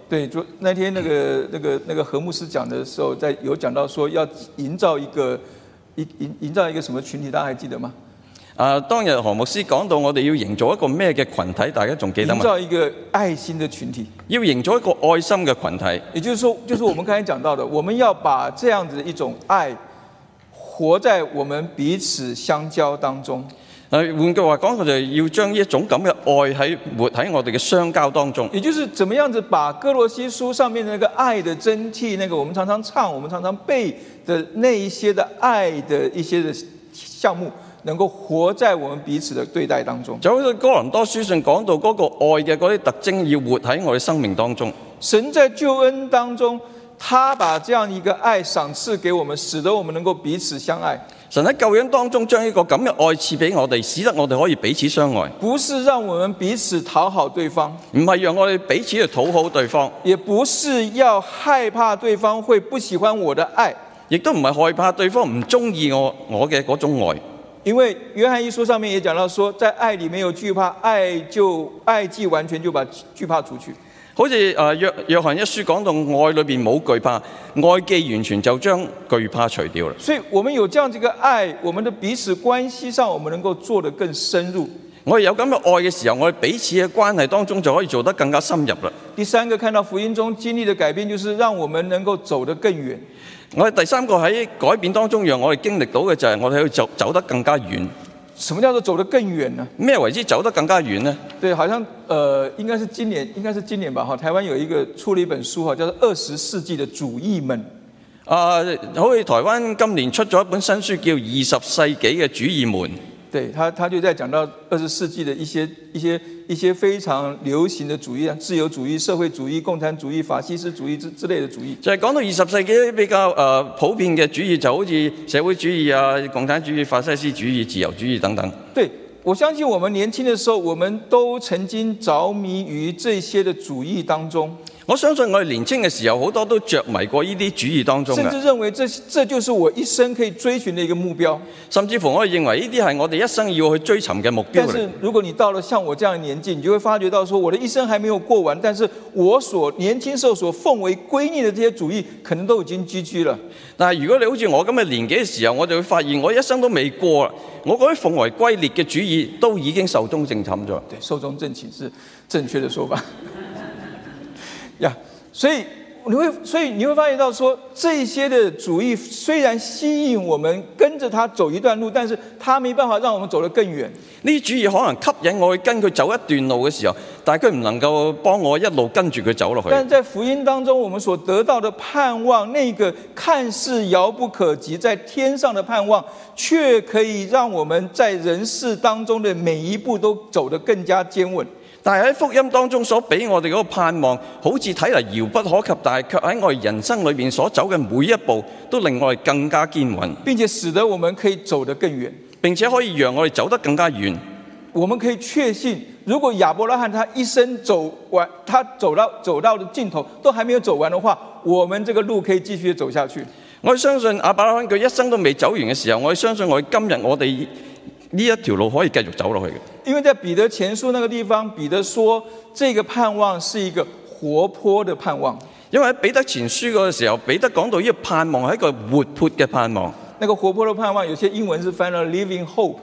A: 对，昨那天那个那个那个何牧师讲的时候，在有讲到说要营造一个营营营造一个什么群体，大家还记得吗？
B: 啊，當日何牧師講到我哋要營造一個咩嘅群體，大家仲記得
A: 营
B: 嘛？
A: 造一个爱心的群体，
B: 要營造一個愛心嘅群體，
A: 也就是说，就是我们刚才讲到的，我们要把这样子的一种爱，活在我们彼此相交当中。
B: 啊，換句話講，我哋要將呢一種咁嘅愛喺活喺我哋嘅相交當中。
A: 也就是怎么样子把哥罗西书上面的那个爱的真谛，那个我们常常唱、我们常常背的那一些的爱的一些的项目，能够活在我们彼此的对待当中。
B: 就好似哥林多書信講到嗰個愛嘅嗰啲特徵，要活喺我哋生命當中。
A: 神在救恩当中，他把这样一个爱赏赐给我们，使得我们能够彼此相爱，
B: 神喺救恩當中將呢個咁嘅愛賜俾我哋，使得我哋可以彼此相愛，
A: 不是讓我们彼此讨好对方，
B: 唔係讓我哋彼此去討好對方，
A: 也不是要害怕对方会不喜欢我的爱，
B: 亦都唔係害怕對方唔中意我我嘅嗰種愛。
A: 因为约翰一书上面也讲到说，在爱里没有惧怕，爱就爱既完全就把惧怕除去。
B: 好似誒約約翰一書講到愛裏邊冇懼怕，愛既完全就將懼怕除掉啦。
A: 所以我们有这样这个爱，我们的彼此关系上，我们能够做得更深入。
B: 我哋有咁嘅愛嘅時候，我哋彼此嘅關係當中就可以做得更加深入啦。
A: 第三个，看到福音中经历的改变，就是让我们能够走得更远。
B: 我哋第三個喺改變當中，讓我哋經歷到嘅就係我哋要走走得更加遠。
A: 什么叫做走得更远呢？
B: 咩為之走得更加遠呢？
A: 对，好像呃，应该是今年，应该是今年吧，哈，台湾有一个出了一本书哈，叫做《二十世纪的主义们》。
B: 啊，好似台灣今年出咗一本新書叫《二十世紀嘅主義門》，
A: 对他，他就在讲到二十世纪的一些一些一些非常流行的主义啊，自由主义、社会主义、共产主义、法西斯主义之之类的主义。
B: 就係、講到二十世紀比較誒、呃普遍嘅主義，就好似社會主義啊、共產主義、法西斯主義、自由主義等等。
A: 对我相信，我们年轻的时候，我们都曾经着迷于这些的主义当中，
B: 我相信我哋年青嘅時候，好多都着迷過呢啲主義當中
A: 甚
B: 嘅，
A: 至认为这这就是我一生可以追寻的一个目标。
B: 甚至乎我哋認為呢啲係我哋一生要去追尋嘅目標
A: 但
B: 嚟
A: 是。如果你到了像我这样的年纪，你就会发觉到说，我的一生还没有过完，但是我所年轻时候所奉为圭臬的这些主义，可能都已经 GG 了。
B: 但係如果你好似我咁嘅年紀嘅時候，我就會發現我一生都未過啦。我嗰啲奉為歸列嘅主義都已經壽終正寢咗。
A: 对，寿终正寝是正确的说法。 (laughs) 呀、所以你会，所以你会发觉到说，这些的主义虽然吸引我们跟着他走一段路，但是他没办法让我们走得更远。
B: 呢啲主義可能吸引我去跟佢走一段路嘅時候，但係佢唔能夠幫我一路跟住佢走落去。
A: 但是在福音当中，我们所得到的盼望，那个看似遥不可及在天上的盼望，却可以让我们在人世当中的每一步都走得更加坚稳。
B: 但係喺福音當中所俾我哋嗰個盼望，好似睇嚟遙不可及，但係卻喺我哋人生裏面所走嘅每一步，都令我哋更加堅穩，
A: 并且使得我们可以走得更远。
B: 並且可以讓我哋走得更加遠。
A: 我们可以确信，如果亚伯拉罕他一生走完，他走到走到的尽头都还没有走完的话，我们这个路可以继续地走下去。
B: 我哋相信阿伯拉罕佢一生都未走完嘅時候，我哋相信我哋今日我哋呢一條路可以繼續走落去嘅。
A: 因为在彼得前书那个地方，彼得说这个盼望是一个活泼的盼望。
B: 因為喺彼得前書嗰個時候，彼得講到呢個盼望係一個活潑嘅盼望。
A: 那个活泼的盼望，有些英文是翻了 “living hope”，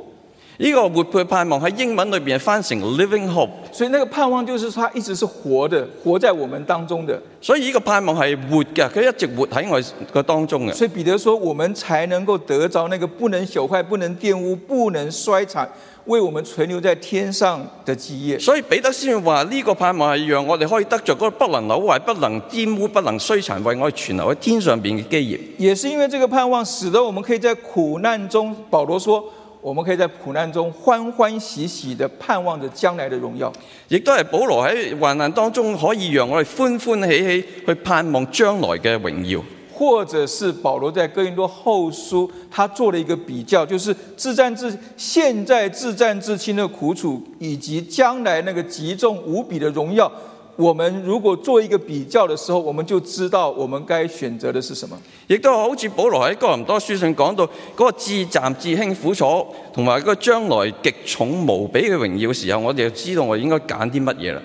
B: 呢個活潑盼望喺英文裏邊翻成 living hope，
A: 所以那个盼望就是它一直是活的，活在我们当中的。
B: 所以呢個盼望係活嘅，佢一直活喺我個當中嘅。
A: 所以彼得说，我们才能够得着那个不能朽坏、不能玷污、不能衰残，为我们存留在天上的基业。
B: 所以彼得先話呢個盼望係讓我哋可以得着嗰個不能朽壞、不能玷污、不能衰殘，為我哋存留喺天上邊嘅基業。
A: 也是因为这个盼望，使得我们可以在苦难中，保罗说，我们可以在苦难中欢欢喜喜的盼望着将来的荣耀。
B: 亦都係保羅喺患難當中可以讓我哋歡歡喜喜去盼望將來嘅榮耀。
A: 或者是保罗在哥林多后书，他做了一个比较，就是自战自现在自战自清的苦楚，以及将来那个极重无比的荣耀，我们如果做一个比较的时候，我们就知道我们该选择的是什么。
B: 亦都好似保羅喺哥林多書信講到嗰、個至暫至輕苦楚，同埋嗰個將來極重無比嘅榮耀時候，我哋就知道我應該揀啲乜嘢啦。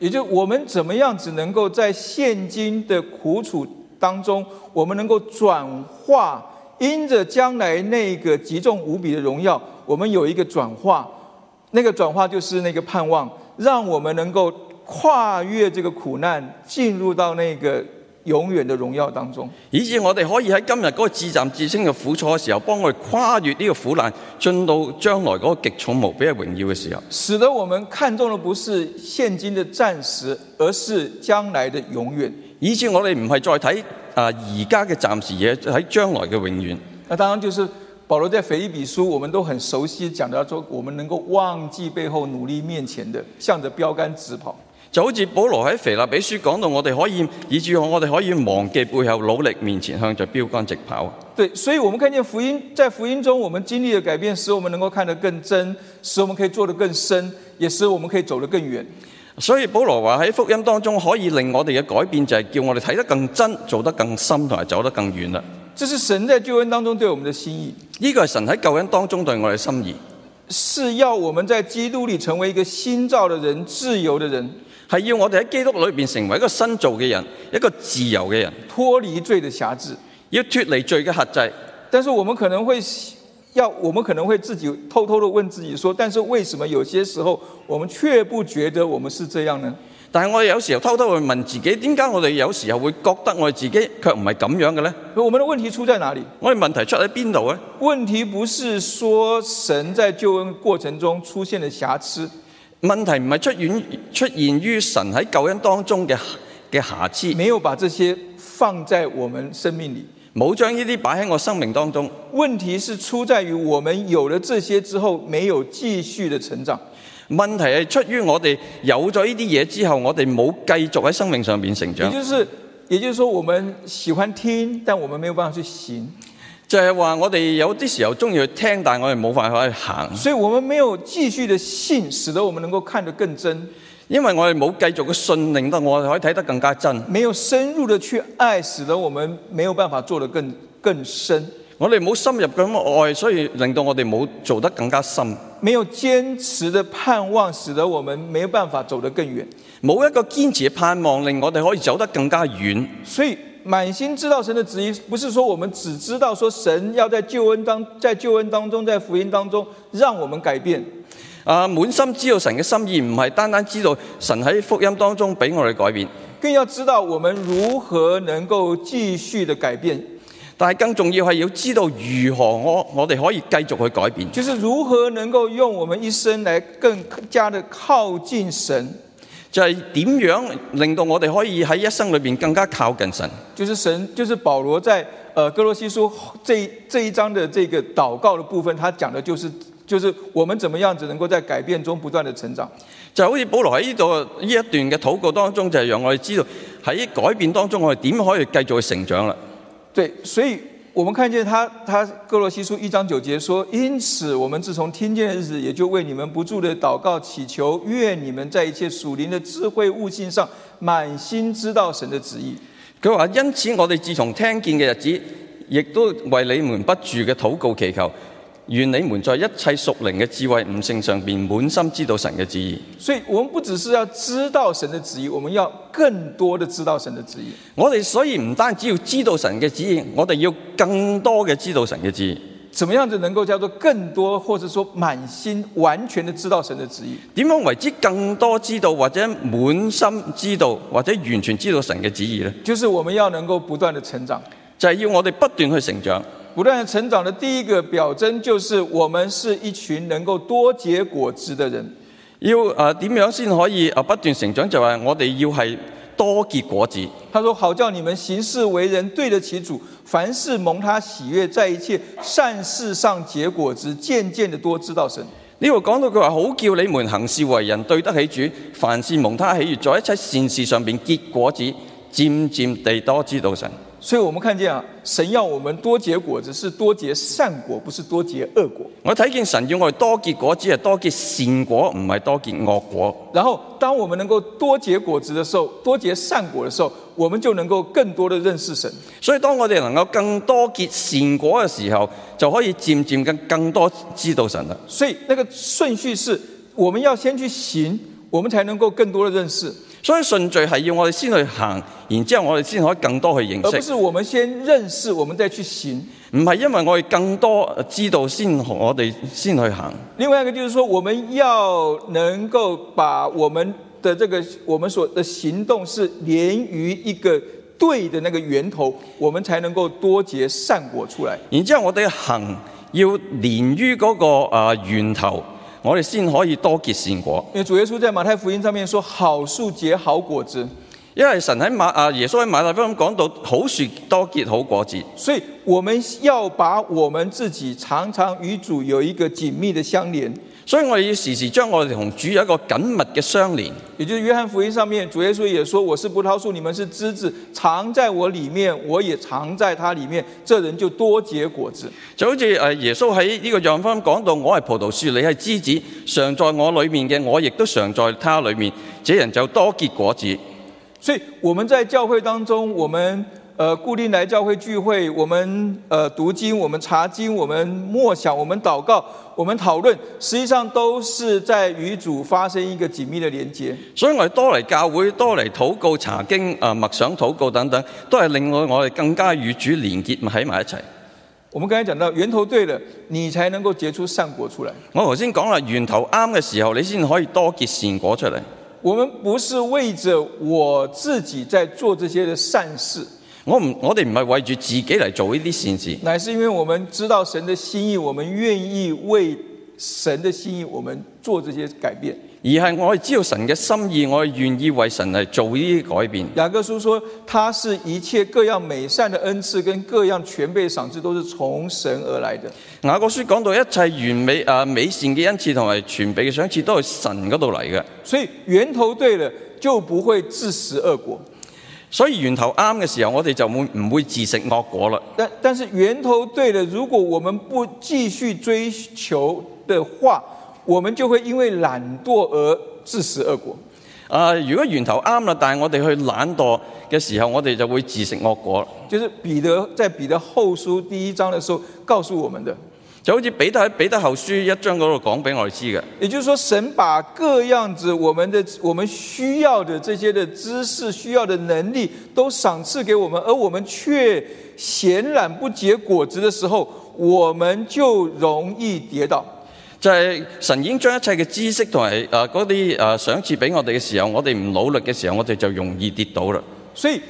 A: 也就我们怎么样子能够在现今的苦楚当中，我们能够转化，因着将来那个极重无比的荣耀，我们有一个转化，那个转化就是那个盼望，让我们能够跨越这个苦难，进入到那个永远的荣耀当中。
B: 以至我哋可以喺今日嗰個至暫至輕嘅苦楚嘅時候，幫我哋跨越呢個苦難，進到將來嗰個極重無比嘅榮耀嘅時候，
A: 使得我们看重的不是现今的暂时，而是将来的永远。
B: 以至我哋唔係再睇啊而家嘅暫時嘢，喺將來嘅永遠。
A: 那当然就是保罗在腓立比书，我们都很熟悉，讲到说我们能够忘记背后，努力面前的，向着标杆直跑。
B: 就好似保羅喺腓立比書講到，我哋可以以至我哋可以忘記背後，努力面前向着標杆直跑。
A: 对，所以我们看见福音，在福音中，我们经历的改变，使我们能够看得更真，使我们可以做得更深，也使我们可以走得更远。
B: 所以保羅話喺福音當中可以令我哋嘅改變，就係叫我哋睇得更真，做得更深，同埋走得更遠啦。
A: 这是神在救恩当中对我们的心意，
B: 呢個係神喺救恩當中對我哋嘅心意，
A: 是要我们在基督里成为一个新造的人，自由的人，
B: 係要我哋喺基督裏边成為一個新造嘅人，一個自由嘅人，
A: 脱离罪的辖制。
B: 要脱離罪嘅轄制。
A: 但是我们可能会要，我们可能会自己偷偷的问自己说：，但是为什么有些时候我们却不觉得我们是这样呢？
B: 但係我哋有時候偷偷去問自己，點解我哋有時候會覺得我哋自己卻唔係咁樣嘅呢？
A: 我们的问题出在哪里？
B: 我哋問題出喺邊度呢？
A: 问题不是说神在救恩过程中出现的瑕疵，
B: 問題唔係出現出現於神喺救恩當中嘅嘅瑕疵，
A: 没有把这些放在我们生命里。
B: 冇將呢啲擺喺我生命當中。
A: 问题是出在于我们有了这些之后，没有继续的成长。
B: 問題係出於我哋有咗呢啲嘢之後，我哋冇繼續喺生命上面成
A: 也
B: 長，
A: 就是，也就是说，我们喜欢听，但我们没有办法去行，
B: 就係話我哋有啲時候中意去聽，但係我哋冇辦法去行，
A: 所以我们没有继续的信，使得我们能够看得更真。
B: 因為我哋冇繼續嘅信，令到我哋可以睇得更加真。
A: 没有深入的去爱，使得我们没有办法做得更更深；
B: 我哋冇深入咁愛，所以令到我哋冇做得更加深。
A: 没有坚持的盼望，使得我们没有办法走得更远。
B: 冇一個堅持嘅盼望，令我哋可以走得更加遠。
A: 所以，满心知道神的旨意，不是说我们只知道说神要在救恩当在救恩当中，在福音当中让我们改变，
B: 啊，滿心知道神嘅心意，唔係單單知道神喺福音當中俾我哋改變，
A: 更要知道我们如何能够继续的改变，
B: 但係更重要係要知道如何我我哋可以繼續去改變。
A: 就是如何能够用我们一生来更加的靠近神。
B: 就係點樣令到我哋可以喺一生裏邊更加靠近神。
A: 就是神，就是保罗在呃哥罗西书这一这一章的这个祷告的部分，他讲的就是就是我们怎么样子能够在改变中不断的成长。
B: 就好似保羅喺呢度呢一段嘅禱告當中，就係讓我哋知道喺改變當中，我哋點可以繼續去成長啦。
A: 对，所以我们看见他他哥罗西书一章九节说，因此我们自从听见的日子，也就为你们不住的祷告祈求，愿你们在一切属灵的智慧悟性上，满心知道神的旨意。
B: 佢話：因此我哋自從聽見嘅日子，亦都為你們不住嘅禱告祈求，願你們在一切屬靈嘅智慧悟性上邊，滿心知道神嘅旨意。
A: 所以我们不只是要知道神的旨意，我们要更多的知道神的旨意。
B: 我哋所以唔單止要知道神嘅旨意，我哋要更多嘅知道神嘅旨意。
A: 怎么样子能够叫做更多，或者说满心完全的知道神的旨意？
B: 點樣為之更多知道，或者滿心知道，或者完全知道神嘅旨意呢？
A: 就是我们要能夠不斷的成長，
B: 就係、要我哋不斷去成長。
A: 不斷的成長的第一個表徵就是我們是一群能夠多結果子的人。
B: 要誒點、樣先可以呃誒不斷成長？就係、我哋要係多結果子。
A: 他说：“好叫你們行事為人對得起主，凡事蒙他喜悅，在一切善事上結果子，漸漸的多知道神。
B: 呢度講到佢話：好叫你們行事為人對得起主，凡事蒙他喜悦，在一切善事上邊結果子，漸漸地多知道神。”
A: 所以我们看见啊，神要我们多结果子，是多结善果，不是多结恶果。
B: 我睇見神要我哋多結果，只係多結善果，唔係多結惡果。
A: 然后，当我们能够多结果子的时候，多结善果的时候，我们就能够更多的认识神。
B: 所以當我哋能夠更多結善果嘅時候，就可以漸漸更更多知道神啦。
A: 所以那个顺序是，我们要先去行，我们才能够更多的认识，
B: 所以順序係要我哋先去行，然之後我哋先可以更多去認
A: 而不
B: 識，
A: 是我们先認識，我们再去行。
B: 唔係因為我哋更多知道先我哋先去行。
A: 另外一个就是说，我们要能够把我们的这个我们所的行动是连于一个对的那个源头，我们才能够多结善果出来。
B: 然之後我哋行要連於嗰、個呃源頭，我哋先可以多結善果。
A: 因为主耶稣在马太福音上面说：“好树结好果子。
B: 因為神喺馬啊耶穌喺馬太福音講到好樹多結好果子。”
A: 所以我们要把我们自己常常与主有一个紧密的相连。
B: 所以我哋要時時將我哋同主有一個緊密嘅相連。
A: 也就是约翰福音上面，主耶稣也说：“我是葡萄树，你们是枝子，常在我里面，我也常在它里面，这人就多结果子。
B: 就好似誒耶穌喺呢個約翰福音講到，我係葡萄樹，你係枝子，常在我裏面嘅，我亦都常在他裏面，這人就多結果子。”
A: 所以我们在教会当中，我们呃固定来教会聚会，我们呃读经，我们查经，我们默想，我们祷告，我们讨论，实际上都是在与主发生一个紧密的连接。
B: 所以我哋多嚟教會，多嚟禱告、查經、啊默想、禱告等等，都係令我我哋更加與主連結喺埋一齊。
A: 我们刚才讲到源头对了，你才能够结出善果出来。
B: 我頭先講啦，源頭啱嘅時候，你先可以多結善果出嚟。
A: 我们不是为着我自己在做这些的善事，
B: 我唔，我哋唔係為住自己嚟做呢啲善事。
A: 乃是因为我们知道神的心意，我们愿意为神的心意，我们做这些改变。
B: 而係我哋知道神嘅心意，我哋願意為神嚟做呢啲改變。
A: 雅各书说，他是一切各样美善的恩赐跟各样全备赏赐都是从神而来的。
B: 雅各書講到一切完美啊美善嘅恩賜同埋全備嘅賞賜都係神嗰度嚟嘅，
A: 所以源头对了，就不会自食恶果。
B: 所以源頭啱嘅時候，我哋就會唔會自食惡果啦。
A: 但但是源头对了，如果我们不继续追求的话，我们就会因为懒惰而自食恶果。
B: 啊，如果源頭啱啦，但係我哋去懶惰嘅時候，我哋就會自食惡果啦。
A: 就是彼得在彼得后书第一章的时候告诉我们的，
B: 就好似彼得喺彼得後書一章嗰度講俾我哋知嘅，
A: 也就是说，神把各样子我们的我们需要的这些的知识、需要的能力都赏赐给我们，而我们却显然不结果子的时候，我们就容易跌倒。
B: 就係、神已經將一切嘅知識同埋啊嗰啲啊賞賜俾我哋嘅時候，我哋唔努力嘅時候，我哋就容易跌倒啦。
A: 所以，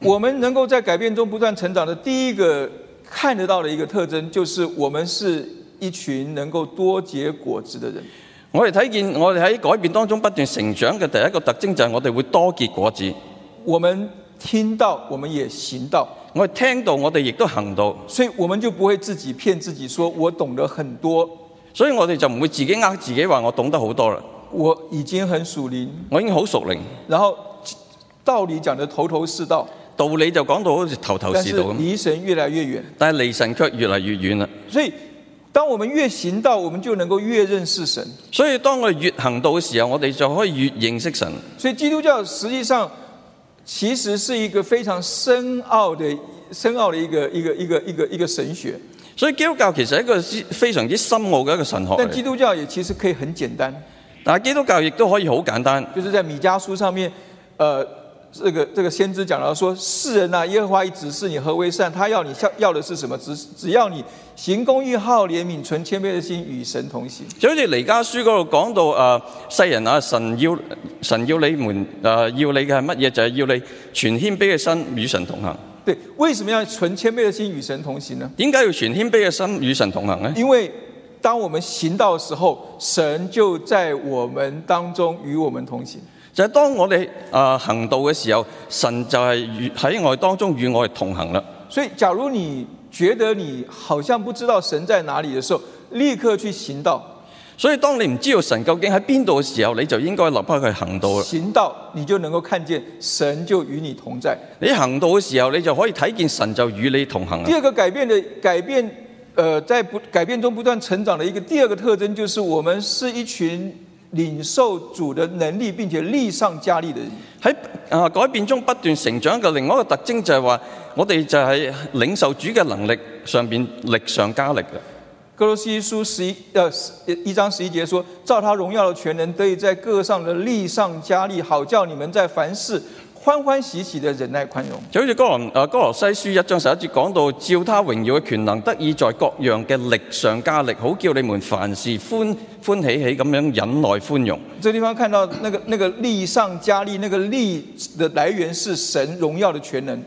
A: 我们能够在改变中不断成长的第一个看得到的一个特征，就是我们是一群能够多结果子的人。
B: 我哋睇見我哋喺改變當中不斷成長嘅第一個特徵就係我哋會多結果子。
A: 我们听到，我们也行到，
B: 我哋聽到，我哋亦都行到，
A: 所以我们就不会自己骗自己说我懂得很多，
B: 所以我哋就唔會自己呃自己話我懂得好多啦，
A: 我已经很属灵，
B: 我已經好熟靈，
A: 然后道理講得頭頭是道，
B: 道理就講到好似頭頭
A: 但
B: 是
A: 是
B: 道咁，
A: 離神越來越遠。
B: 但係離神卻越嚟越遠啦。
A: 所以，當我們越行道，我們就能夠越認識神。
B: 所以當我哋越行道嘅時候，我哋就可以越認識神。
A: 所以，基督教實際上其實是一個非常深奧的、深奧的一個、一個、一個、一個、一個神學。
B: 所以基督教其實係一個非常之深奧嘅一個神學
A: 但基
B: 嚟，
A: 督教也其實可以很簡單，
B: 但係基督教亦都可以好簡單。
A: 就是在米迦書上面，呃，这个这个先知讲到说，世人呐、啊耶和华已指示你何为善，他要你要要的是什么？只只要你行公义、好怜悯、存谦卑的心，与神同行。
B: 就好似彌迦書嗰度講到啊，世人啊，神要神要你們啊，要你嘅係乜嘢？就係、要你全謙卑嘅心與神同行。
A: 对，为什么要存谦卑的心与神同行呢？
B: 點解要全謙卑嘅心與神同行呢？
A: 因为当我们行道的时候，神就在我们当中与我们同行。
B: 就係當我哋啊行道嘅時候，神就係與喺我哋當中與我哋同行啦。
A: 所以，假如你觉得你好像不知道神在哪里的时候，立刻去行道。
B: 所以當你唔知道神究竟喺邊度嘅時候，你就應該立刻去行道啦。
A: 行道，你就能够看见神就与你同在。
B: 你行道嘅時候，你就可以睇見神就與你同行啊啦
A: 第。二个改变的改变，呃，在不改变中不断成长的一个第二个特征，就是我们是一群领受主的能力，并且力上加力的人。
B: 喺啊改變中不斷成長嘅另外一個特徵就係話，我哋就係領受主嘅能力上邊力上加力嘅。
A: 哥罗西书十一呃十一章十一节说：“照他荣耀的全能，得以在各上的力上加力，好叫你们在凡事欢欢喜喜的忍耐宽容。
B: 就好似哥羅啊哥羅西書一章十一節講到，照他榮耀嘅權能，得以在各樣嘅力上加力，好叫你們凡事歡歡喜喜咁樣忍耐寬容。”
A: 这地方看到那个那个力上加力，那个力的来源是神荣耀的全能。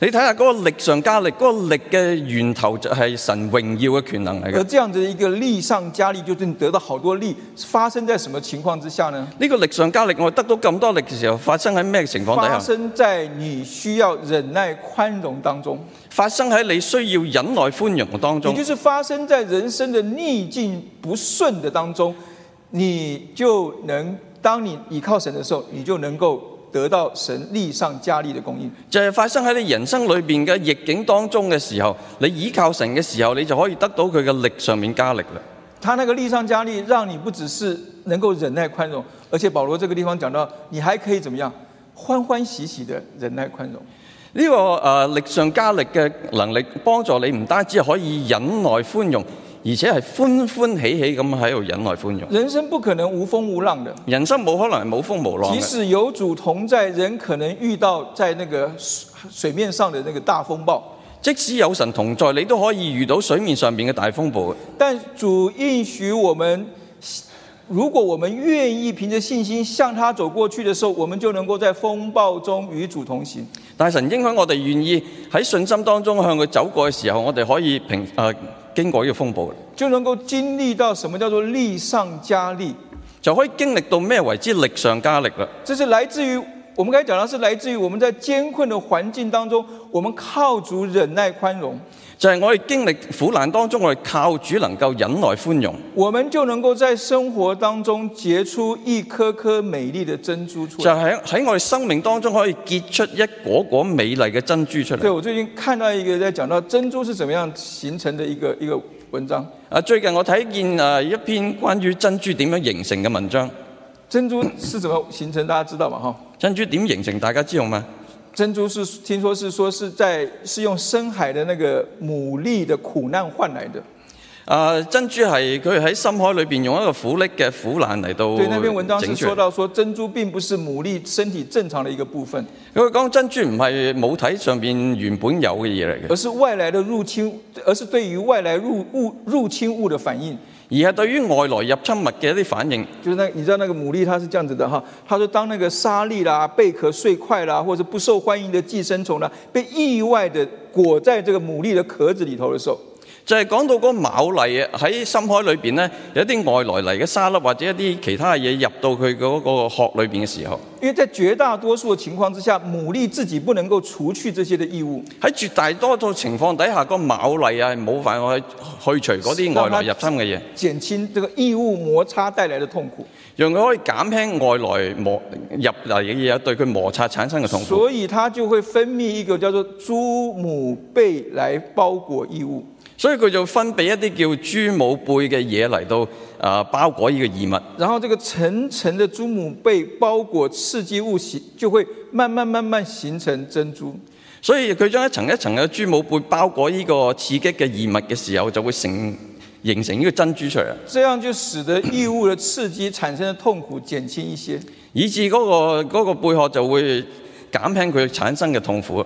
B: 你睇下嗰個力上加力，嗰、個力嘅源頭就係神榮耀嘅權能嚟嘅。
A: 而
B: 呢、
A: 这样子的一个力上加力，就是你得到好多力，发生在什么情况之下呢？
B: 個力上加力，我哋得到咁多力嘅時候，發生喺咩情況
A: 发
B: 底下？
A: 生在你需要忍耐宽容当中，
B: 發生喺你需要忍耐寬容嘅當
A: 也
B: 中
A: 就。是发生在人生的逆境不顺的当中，你就能当你倚靠神的时候，你就能够得到神力上加力的供应。
B: 就係發生喺你人生裏邊嘅逆境當中嘅時候，你倚靠神嘅時候，你就可以得到佢嘅力上面加力啦。
A: 他那个力上加力，让你不只是能够忍耐宽容，而且保罗这个地方讲到，你还可以怎么样？欢欢喜喜的忍耐宽容。
B: 呢、個誒、呃力上加力嘅能力，幫助你唔單止係可以忍耐寬容，而且係歡歡喜喜咁喺度忍耐寬容。
A: 人生不可能无风无浪的，
B: 人生冇可能係冇風無浪
A: 即
B: 嘅，
A: 使有主同在，人可能遇到在那个水水面上的那个大风暴，
B: 即使有神同在，你都可以遇到水面上面嘅大風暴嘅。
A: 但主应许我们，如果我们愿意凭着信心向他走过去的时候，我们就能够在风暴中与主同行。
B: 但係神應許我哋願意喺信心當中向佢走過嘅時候，我哋可以平誒、呃、經過呢個風暴嘅，
A: 就能够经历到什么叫做力上加力，
B: 就可以經歷到咩為之力上加力啦。
A: 这是来自于我们刚才讲到，是来自于我们在艰困的环境当中，我们靠主忍耐宽容，
B: 就係我哋經歷苦難當中，我哋靠主能夠忍耐寬容，
A: 我们就能够在生活当中结出一颗颗美丽的珍珠出
B: 就
A: 来。
B: 係喺我哋生命當中可以結出一果果美麗嘅珍珠出
A: 对
B: 嚟。
A: 我最近看到一个在讲到珍珠是怎么样形成的一个一个文章，
B: 啊，最近我睇見誒一篇關於珍珠點樣形成嘅文章。
A: 珍珠是怎么形成？大家知道吗？哈，
B: 珍珠點形成，大家知道嘛？
A: 珍珠是听说是说是在是用深海的那个牡蛎的苦难换来的。
B: 啊，珍珠係佢喺深海裏邊用一個苦力嘅苦難嚟
A: 对，那篇文
B: 到
A: 章
B: 整
A: 是说
B: 出嚟。
A: 到说珍珠并不是牡蛎身体正常的一个部分，
B: 佢講珍珠唔係母體上邊原本有嘅嘢嚟嘅，
A: 而是外来的入侵，而是对于外来入物入侵物的反应。
B: 而係對於外來入侵物嘅一啲反應。
A: 就是那你知道那个牡蛎它是这样子的哈，它说当那个沙粒啦、贝壳碎块啦，或者不受欢迎的寄生虫啦，被意外的裹在这个牡蛎的壳子里头的时候，
B: 就係講到嗰牡蛎喺深海裏邊咧，有一啲外來嚟嘅沙粒或者一啲其他嘢入到佢嗰個殼裏邊嘅時候，
A: 因为在绝大多数的情况之下，牡蛎自己不能够除去这些的异物，
B: 喺絕大多數情況底下，個牡蛎啊係冇辦法去去除嗰啲外來入侵嘅嘢，
A: 减轻这个异物摩擦带来的痛苦。
B: 讓佢可以減輕外來磨入嚟嘅嘢對佢摩擦產生嘅痛苦，
A: 所以它就会分泌一个叫做猪母贝来包裹异物。
B: 所以佢就分泌一啲叫珠母貝嘅嘢嚟到啊、包裹呢個異物。
A: 然后这个层层的珠母贝包裹刺激物形，就会慢慢慢慢形成珍珠。
B: 所以佢將一層一層嘅珠母貝包裹呢個刺激嘅異物嘅時候，就會成形成呢個珍珠出嚟啦。
A: 这样就使得异物的刺激产生的痛苦减轻一些。
B: 以致嗰、個嗰、個貝殼就會減輕佢產生嘅痛苦。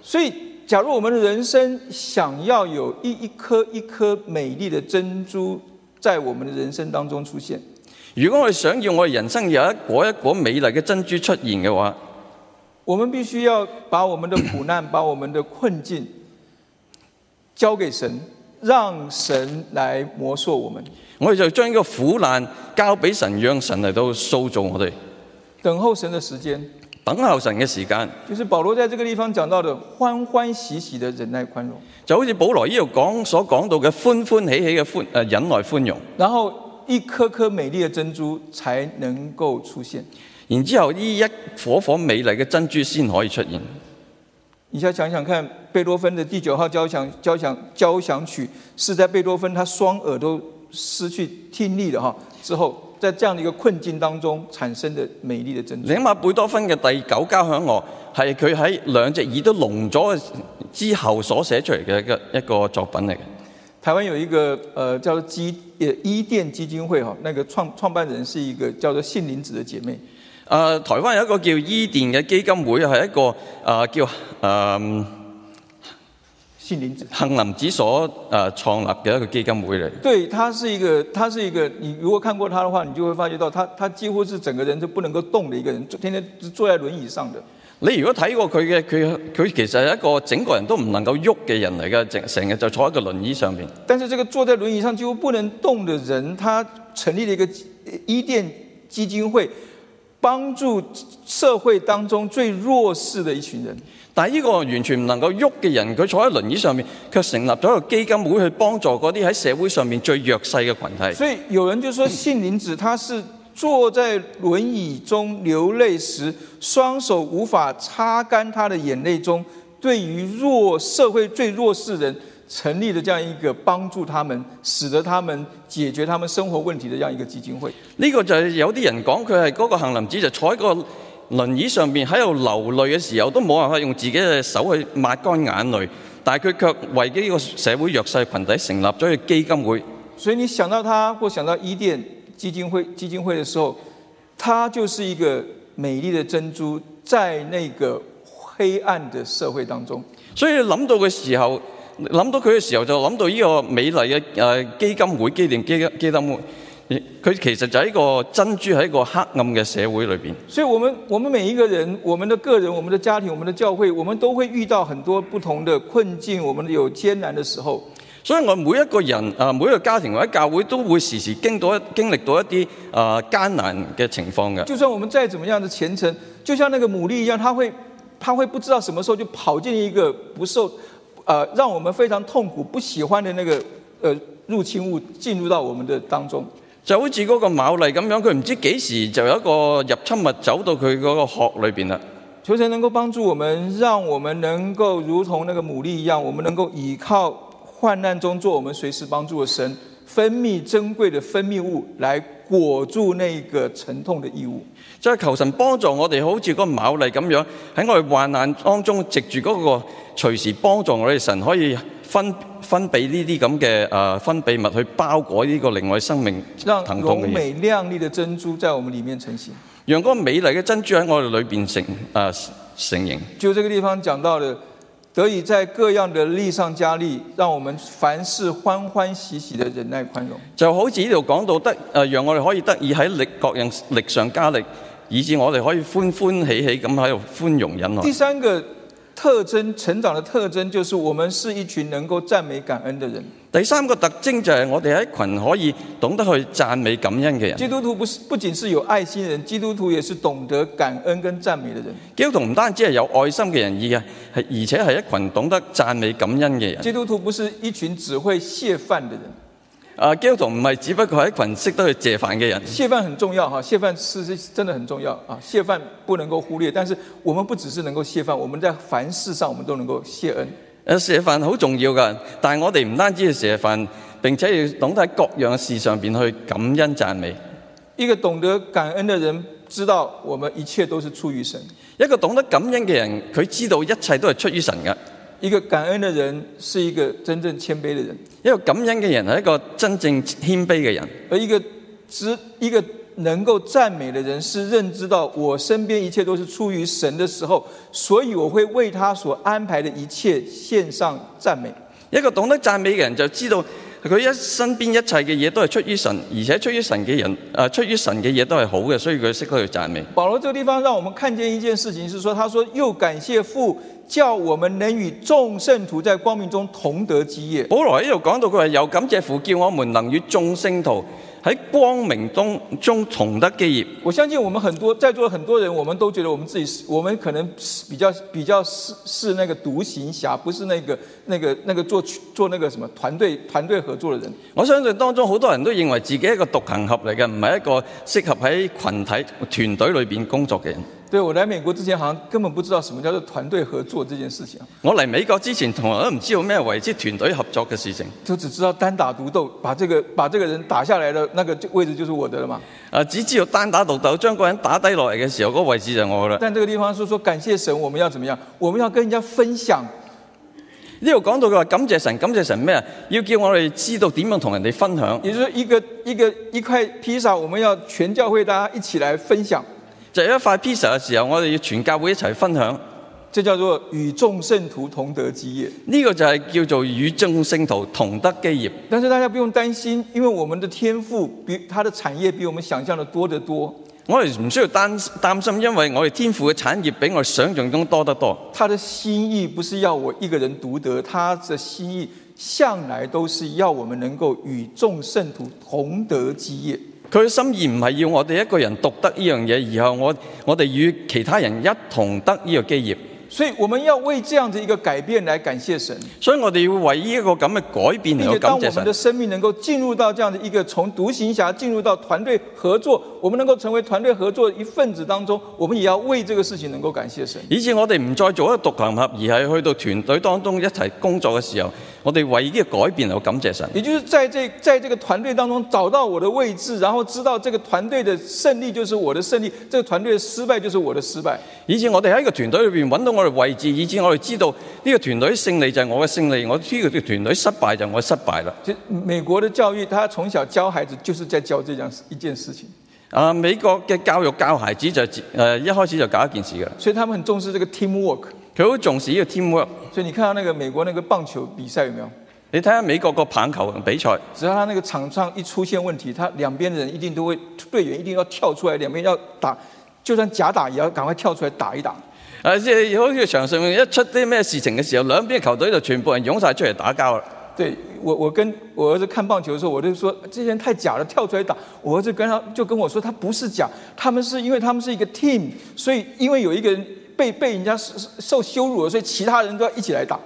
A: 所以，假如我们的人生想要有一一颗一颗美丽的珍珠在我们的人生当中出现，
B: 如果我哋想要我哋人生有一果一果美麗嘅珍珠出現嘅話，
A: 我们必须要把我们的苦难、把我们的困境交给神，让神来磨塑我们，
B: 我哋就將呢個苦難交俾神，讓神嚟到塑造我哋。
A: 等候神的时间。
B: 等候神嘅時間，
A: 就是保罗在这个地方讲到的，欢欢喜喜的忍耐宽容。
B: 呃就好似保羅呢度講所講到嘅歡歡喜喜嘅歡誒忍耐寬容。
A: 然后一颗颗美丽的珍珠才能够出现。
B: 然之後呢一顆顆美麗嘅珍珠先可以出現。
A: 你再想想看，贝多芬的第九号交响交响交响曲是在贝多芬他双耳都失去听力了哈之后，在这样的一个困境当中产生的美丽的珍珠
B: 你。諗下貝多芬嘅第九交響樂係佢喺兩隻耳都聾咗之後所寫出嚟嘅一個一個作品嚟嘅。
A: 台湾有一个呃叫做基呃伊甸基金会哈，那个创创办人是一个叫做杏林子的姐妹，
B: 誒、呃台灣有一個叫伊甸嘅基金會，係一個誒、呃叫誒、呃、
A: 杏林子。
B: 杏林子所誒、呃、創立嘅一個基金會嚟。
A: 对，她是一个，她是一个，你如果看过她的话，你就会发觉到她，她几乎是整个人就不能够动的一个人，就天天就坐在轮椅上的。
B: 你如果睇過佢嘅，佢佢其實係一個整個人都唔能夠喐嘅人嚟嘅，成成日就坐喺個輪椅上面。
A: 但是这个坐在轮椅上几乎不能动的人，他成立了一个呃伊甸基金会，帮助社会当中最弱势的一群人。
B: 但係呢個完全唔能夠喐嘅人，佢坐喺輪椅上面，卻成立咗一個基金會去幫助嗰啲喺社會上面最弱勢嘅群體。
A: 所以有人就说，杏林子她是坐在轮椅中流泪时，双手无法擦干她的眼泪中，对于弱社会最弱势人成立的这样一个帮助他们，使得他们解决他们生活问题的这样一个基金会。
B: 呢、個就係有啲人講佢係嗰個杏林子就坐喺個輪椅上面喺度流淚嘅時候，都冇辦法用自己嘅手去抹乾眼淚，但係佢卻為呢個社會弱勢群體成立咗一個基金會。
A: 所以你想到他或想到伊甸基金会基金会的时候，他就是一个美丽的珍珠，在那个黑暗的社会当中。
B: 所以諗到嘅時候，諗到佢嘅時候就諗到呢個美麗嘅誒基金會、基念基金基金會，佢其實就係一個珍珠喺一個黑暗嘅社會裏邊。
A: 所以，我们我们每一个人，我们的个人、我们的家庭、我们的教会，我们都会遇到很多不同的困境，我们有艰难的时候。
B: 所以我每一個人啊，每一個家庭或者教會都會時時經到一經歷到一啲啊艱難嘅情況嘅。
A: 就算我们再怎么样的虔诚，就像那个牡蛎一样，它会它会不知道什么时候就跑进一个不受呃让我们非常痛苦、不喜欢的那个呃入侵物进入到我们的当中。
B: 就好似嗰個牡蛎咁樣，佢唔知幾時就有一個入侵物走到佢嗰個殼裏邊啦。
A: 求神能够帮助我们，让我们能够如同那个牡蛎一样，我们能够倚靠患难中做我们随时帮助的神，分泌珍贵的分泌物来裹住那个沉痛的义务。
B: 就係求神幫助我哋，好似嗰個牡蛎咁樣，喺我哋患難當中，藉住嗰個隨時幫助我哋神，可以分分俾呢啲咁嘅誒分泌物去包裹呢個另外生命
A: 让
B: 疼痛
A: 柔
B: 嘅嘢，
A: 美亮麗的珍珠在我们里面成型。
B: 讓嗰個美麗嘅珍珠喺我哋裏邊成誒、呃成形。
A: 就这个地方讲到的，得以在各样的力上加力，让我们凡事欢欢喜喜的忍耐宽容。
B: 就好似呢度講到得誒、呃，讓我哋可以得以喺力各樣力上加力，以致我哋可以歡歡喜喜咁喺度寬容忍耐
A: 第。三个特征，成長的特征就是我们是一群能夠讚美感恩的人。
B: 第三個特徵就係我哋係一群可以懂得去讚美感恩嘅人。
A: 基督徒不是不仅是有爱心的人，基督徒也是懂得感恩跟赞美的人。
B: 基督徒唔單止係有愛心嘅人，而係而且係一群懂得讚美感恩嘅人。
A: 基督徒不是一群只会泄饭的人，
B: 啊，基督徒唔係只不過係一群識得去謝飯嘅人。
A: 泄饭很重要哈，泄饭是是真的很重要啊，泄饭不能够忽略。但是我们不只是能够泄饭，我们在凡事上我们都能够谢恩。
B: 誒，謝飯好重要㗎，但係我哋唔單止係謝飯，並且要懂得喺各樣嘅事上邊去感恩讚美。
A: 一个懂得感恩的人，知道我们一切都是出于神；
B: 一個懂得感恩嘅人，佢知道一切都係出於神嘅。
A: 一个感恩的人是一个真正谦卑的人，
B: 一個感恩嘅人係一個真正謙卑嘅人。
A: 而一个知一个能够赞美的人，是认知到我身边一切都是出于神的时候，所以我会为他所安排的一切献上赞美。
B: 一個懂得讚美嘅人就知道佢一身邊一切嘅嘢都係出於神，而且出於神嘅人，誒、啊出於神嘅嘢都係好嘅，所以佢識得去讚美。
A: 保罗这个地方让我们看见一件事情，是说他说又感谢父叫我们能与众圣徒在光明中同得基业。
B: 保羅喺度講到佢話有感謝父，叫我們能與眾聖徒喺光明中中同得基業。
A: 我相信我们很多在座的很多人，我们都觉得我们自己是，我们可能是比较比较是是那个独行侠，不是那个那个那个做做那个什么团队团队合作的人。
B: 我相信當中好多人都認為自己係一個獨行俠嚟嘅，唔係一個適合喺群體團隊裏邊工作嘅人。
A: 对我来美国之前，好像根本不知道什么叫做团队合作这件事情啊，
B: 我嚟美國之前，從來都唔知道咩為之團隊合作嘅事情。
A: 就只知道单打独斗，把这个把这个人打下来的那个就位置就是我的了嘛。
B: 啊，只知道單打獨鬥，將個人打低落嚟嘅時候，嗰、個位置就係我啦。
A: 但这个地方是说感谢神，我们要怎么样？我们要跟人家分享，
B: 呢度講到佢話感謝神，感謝神咩啊？要叫我哋知道點樣同人哋分享，
A: 也就是说一个一个一块披萨，我们要全教会大家一起来分享，
B: 就係一塊 pizza 嘅時候，我哋要全教會一齊分享。
A: 这叫做与众圣徒同得基业。
B: 呢、個就係叫做與眾聖徒同得基業。
A: 但是大家不用担心，因为我们的天赋比它的产业比我们想象的多得多，
B: 我哋唔需要擔擔心，因為我哋天父嘅產業比我哋想象中多得多。
A: 他的心意不是要我一个人独得，他的心意向来都是要我们能够与众圣徒同得基业。
B: 佢嘅心意唔係要我哋一個人獨得呢樣嘢，然後我我哋與其他人一同得呢個基業。
A: 所以我们要为这样的一个改变来感谢神，
B: 所以我哋要為呢一個咁嘅改變嚟
A: 并
B: 到
A: 且当
B: 嗯
A: 我
B: 感謝
A: 们的
B: 神。
A: 生命能够进入到这样的一个从独行侠进入到团队合作，我们能够成为团队合作一份子当中，我们也要为这个事情能够感谢神。
B: 以至我哋唔再做一個獨行俠，而係去到團隊當中一齊工作嘅時候，我哋為呢個改變嚟到感謝神。
A: 也就是在这在这个团队当中找到我的位置，然后知道这个团队的胜利就是我的胜利，这个团队的失败就是我的失败。
B: 以至我哋喺個團隊裏邊揾到我哋位置，以至我哋知道呢個團隊勝利就係我嘅勝利，我呢個團隊失敗就係我嘅失敗啦。
A: 其实美国的教育，他从小教孩子就是在教这样一件事情，
B: 啊，美國嘅教育教孩子就誒、呃一開始就搞一件事㗎啦，
A: 所以他们很重视这个 teamwork。
B: 佢好重視呢個 teamwork。
A: 所以你看到那个美国那个棒球比赛有没有？
B: 你睇下美國個棒球比賽，
A: 只要他那个场上一出现问题，他两边的人一定都会队员一定要跳出来，两边要打，就算假打也要赶快跳出来打一打。
B: 啊，即係好似場上面一出啲咩事情嘅時候，兩邊嘅球隊就全部人湧晒出嚟打交啦。
A: 对我，我跟我儿子看棒球的时候，我就说这些人太假了，跳出来打。我儿子跟他就跟我说，他不是假，他们是因为他们是一个 team，所以因为有一个人被被人家受受羞辱了，所以其他人都要一起来打。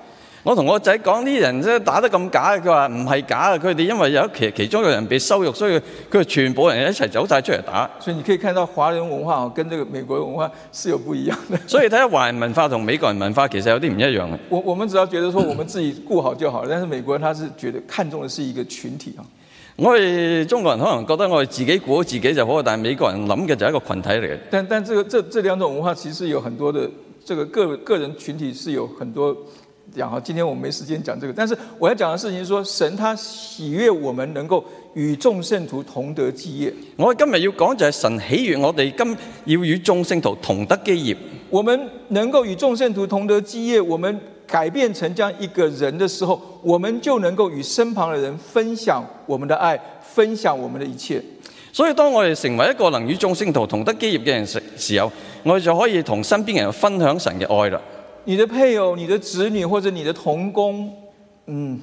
B: 我同我仔講呢人真係打得咁假，佢話唔係假嘅，啊佢哋因為有一其其中一個人被羞辱，所以佢哋全部人一齊走晒出嚟打。
A: 所以你可以看到华人文化哦，跟这个美国文化是有不一样的。 (laughs)
B: 所以睇下華人文化同美國人文化其實有啲唔一樣嘅。
A: 我我们只要觉得说我们自己顾好就好了，但是美国人他是觉得看重的是一个群体啊。
B: 我哋中國人可能覺得我哋自己估好自己就好，但係美國人諗嘅就係一個群體嚟嘅。
A: 但但这个这这两种文化其实有很多的这个个个人群体是有很多讲哈。今天我们没时间讲这个，但是我要讲的事情是说，神他喜悦我们能够与众圣徒同得基业。
B: 我今日要講就係神喜悦我哋今要與眾聖徒同得基業。
A: 我们能够与众圣徒同得基业，我们改变成这样一个人的时候，我们就能够与身旁的人分享我们的爱，分享我们的一切。
B: 所以當我哋成為一個能與眾聖徒同得基業嘅人時時候，我哋就可以同身邊嘅人分享神嘅愛啦。
A: 你的配偶、你的子女或者你的童工，嗯，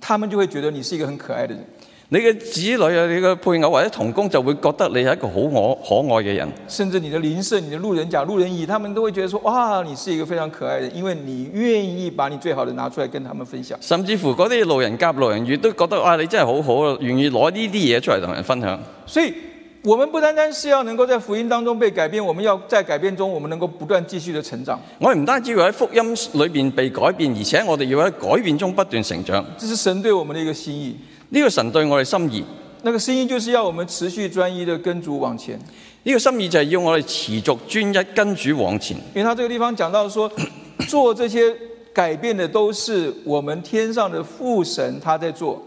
A: 他们就会觉得你是一个很可爱的人。
B: 你嘅子女啊，你嘅配偶或者同工就會覺得你係一個好我可愛嘅人，
A: 甚至你的邻舍、你的路人甲、路人乙，他们都会觉得说：哇，你是一个非常可爱的人，因为你愿意把你最好的拿出来跟他们分享。
B: 甚至乎嗰啲路人甲、路人乙都覺得啊，你真係好好啊，願意攞呢啲嘢出嚟同人分享。
A: 所以，我们不单单是要能够在福音当中被改变，我们要在改变中，我们能够不断继续的成长。
B: 我哋唔單止要喺福音裏邊被改變，而且我哋要喺改變中不斷成長。呢、
A: 这是神对我们的一个心意。
B: 個神對我哋心意，呢、
A: 那个心意就是要我们持续专一的跟主往前，
B: 個心意就係要我哋持續專一跟主往前。
A: 因为他这个地方讲到说， (clears throat) 做这些改变的都是我们天上的父神他在做，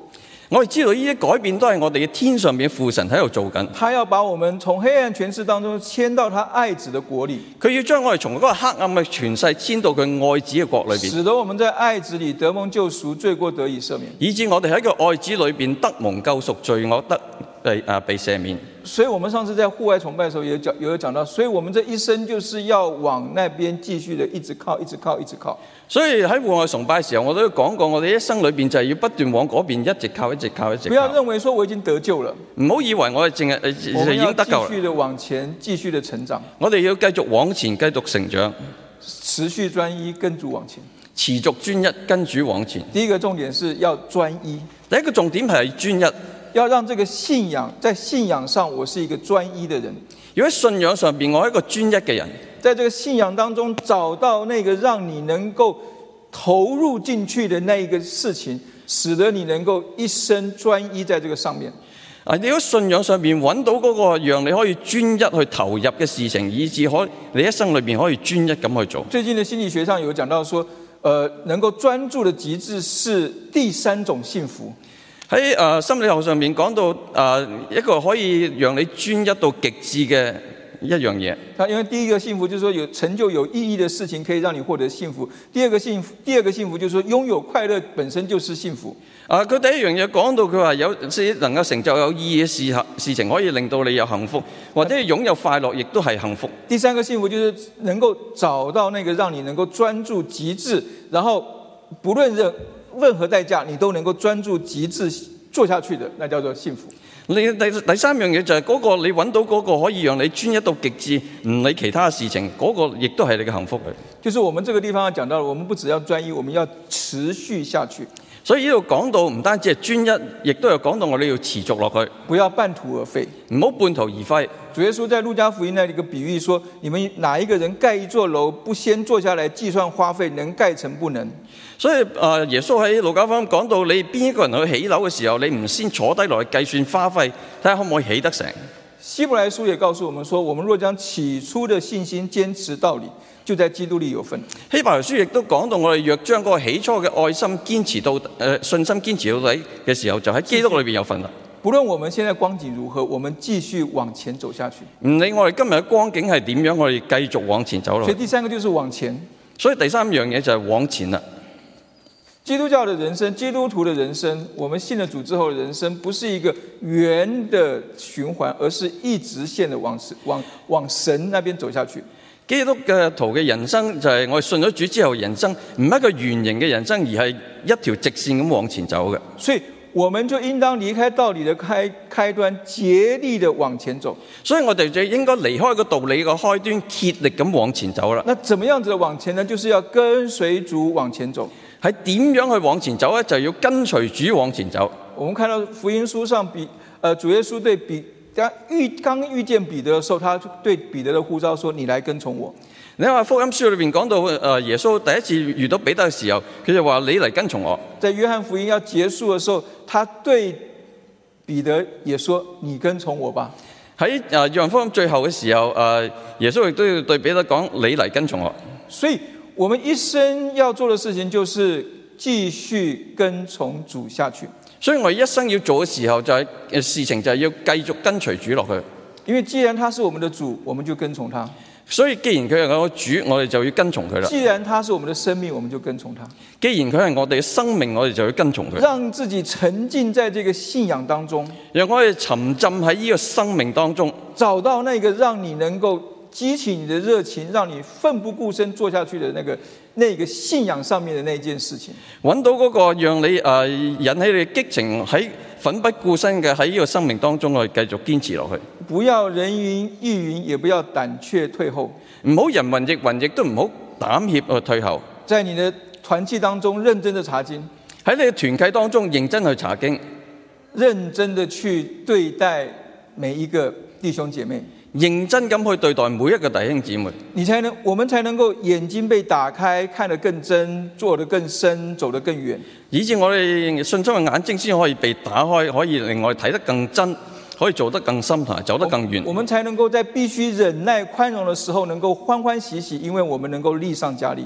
B: 我哋知道呢啲改變都係我哋嘅天上面父神喺度做緊，
A: 他要把我们从黑暗权势当中迁到他爱子的国里。
B: 佢要將我哋從嗰個黑暗嘅權勢遷到佢愛子嘅國裏邊，
A: 使得我们在爱子里得蒙救赎，罪过得以赦免。
B: 以致我哋喺個愛子裏邊得蒙救贖，罪惡得被啊被赦免。
A: 所以我们上次在户外崇拜的时候也讲，也有讲到，所以我们这一生就是要往那边继续的一直靠，一直靠，一直靠。
B: 所以喺户外崇拜嘅時候，我都講過，我哋一生裏邊就係要不斷往嗰邊一直靠，一直靠，一直
A: 不要
B: 靠。
A: 认为说我已经得救了，
B: 唔好以為我哋淨係呃
A: 我
B: 就
A: 们
B: 已
A: 要
B: 經得救
A: 继
B: 啦，
A: 续的往前，继续的成长，
B: 我哋要繼續往前，繼續成長，
A: 持续专一，跟主往前。
B: 持續專一，跟主往前。
A: 第一个重点是要专一，
B: 第一個重點係專一。
A: 要让这个信仰在信仰上，我是一个专一的人，
B: 如果喺信仰上邊，我係一個專一嘅人，
A: 在这个信仰当中找到那个让你能够投入进去的那一个事情，使得你能够一生专一在这个上面。
B: 啊，你喺信仰上邊揾到嗰個讓你可以專一去投入嘅事情，以至可你一生裏邊可以專一咁去做。
A: 最近的心理学上有讲到说，呃，能够专注的极致是第三种幸福，
B: 喺誒、呃心理學上面講到誒、呃一個可以讓你專一到極致嘅一樣嘢。
A: 它因为第一个幸福就是说有成就有意义的事情可以让你获得幸福，第二个幸福，第二个幸福就是说拥有快乐本身就是幸福。
B: 啊！佢第一樣嘢講到，佢話有啲能夠成就有意義嘅事行事情，可以令到你有幸福，或者擁有快樂，亦都係幸福。
A: 第三个幸福就是能够找到那个让你能够专注极致，然后不论任任何代价，你都能够专注极致做下去的，那叫做幸福。
B: 你第第三樣嘢就係嗰、個你揾到嗰個可以讓你專一到極致，唔理其他事情，嗰、個亦都係你嘅幸福嚟。
A: 就是我们这个地方要讲到了，我们不只要专一，我们要持续下去，
B: 所以呢度講到唔單止係專一，亦都有講到我哋要持續落去，
A: 不要半途而废。
B: 唔好半途而廢。
A: 主耶稣在路加福音那里一个比喻说：你们哪一个人盖一座楼，不先坐下来计算花费，能盖成不能？
B: 所以啊，耶穌喺路加福音講到，你邊一個人去起樓嘅時候，你唔先坐低落去計算花費，睇下可唔可以起得成。
A: 希伯来书也告诉我们说，我们若将起初的信心坚持到底，就在基督里有份。
B: 希伯來書亦都講到，我哋若將嗰個起初嘅愛心堅持到誒、呃信心堅持到底嘅時候，就喺基督裏邊有份啦。
A: 不论我们现在光景如何，我们继续往前走下去。
B: 唔理我哋今日嘅光景係點樣，我哋繼續往前走落
A: 所以
B: 去。
A: 第三个就是往前。
B: 所以第三樣嘢就係往前啦。
A: 基督教的人生，基督徒的人生，我们信了主之后的人生，不是一个圆的循环，而是一直线的往往往神那边走下去。
B: 基督嘅徒嘅人生就係我哋信咗主之後，人生唔係一個圓形嘅人生，而係一條直線咁往前走嘅。
A: 所以我们就应当离开道理的开开端，竭力的往前走。
B: 所以我哋就應該離開個道理個開端，竭力咁往前走啦。
A: 那怎么样子的往前呢？就是要跟随主往前走。
B: 喺點樣去往前走咧？就要跟隨主往前走。
A: 我们看到福音书上比呃主耶稣对比刚遇刚遇见彼得的时候，他对彼得的呼召说：“你来跟从我。
B: 你話福音書裏面講到，誒耶穌第一次遇到彼得嘅時候，佢就話：你嚟跟從我。”
A: 在约翰福音要结束的时候，他对彼得也说：“你跟从我吧。
B: 喺誒約翰福音最後嘅時候，誒耶穌亦都要對彼得講：你嚟跟從我。”
A: 所以，我们一生要做的事情就是继续跟从主下去，
B: 所以我一生要做嘅時候就係、誒事情就係要繼續跟隨主落去。
A: 因为既然他是我们的主，我們就跟從他；
B: 所以既然佢係我嘅主，我哋就要跟從佢啦。
A: 既然他是我们的生命，我们就跟從他，
B: 既然佢係我哋嘅生命，我哋就要跟從佢。
A: 让自己沉浸在这个信仰当中。
B: 讓我哋沉浸喺呢個生命當中，
A: 找到那个让你能够激起你的热情，让你奋不顾身做下去的那个那个信仰上面的那件事情。
B: 揾到嗰個讓你誒、誒引起你激情喺奮不顧身嘅喺呢個生命當中，我哋繼續堅持落去。
A: 不要人云亦云，也不要胆怯退后。
B: 唔好人云亦云，亦都唔好膽怯去退後。
A: 在你的团契当中，认真的查经，
B: 喺你嘅團契當中，認真去查經，
A: 认真的去对待每一个弟兄姐妹，
B: 認真咁去對待每一個弟兄姊妹，
A: 你才能，我们才能够眼睛被打开，看得更真，做得更深，走得更远。
B: 以至我哋信心嘅眼睛先可以被打開，可以令我哋睇得更真，可以做得更深同埋走得更遠。
A: 我们才能够在必须忍耐宽容的时候，能够欢欢喜喜，因为我们能够力上加力。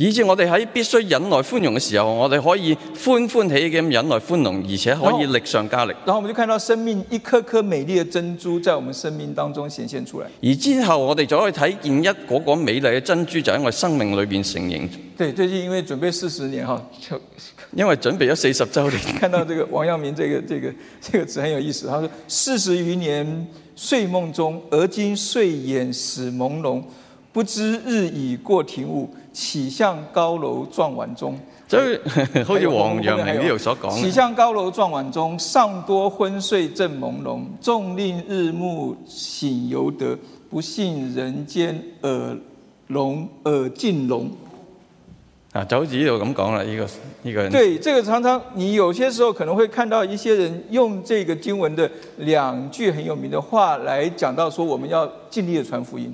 B: 以致我哋喺必須忍耐寬容嘅時候，我哋可以歡歡喜喜咁忍耐寬容，而且可以力上加力。
A: 然后我们就看到生命一颗颗美丽的珍珠在我们生命当中显现出来。
B: 而之後我哋就可以睇見一嗰個美麗嘅珍珠就喺我哋生命裏邊成形。
A: 对，最近因为准备四十年哈，就
B: 因為準備咗四十週年，
A: 看到这个王阳明这个这个这个词很有意思。他说：“四十余年睡梦中，而今睡眼始朦胧，不知日已过庭午，岂向高楼撞晚钟。”
B: 所以好似黃陽
A: 啊
B: 明呢度所啊
A: 起
B: 講，
A: 向高楼撞晚钟，尚多昏睡正朦胧。纵令日暮醒犹得，不信人间耳聋耳尽聋。
B: 啊就好似呢度咁講啦，呢、個呢、個人。
A: 对，这个常常你有些时候可能会看到一些人用这个经文的两句很有名的话来讲到说我们要尽力的传福音。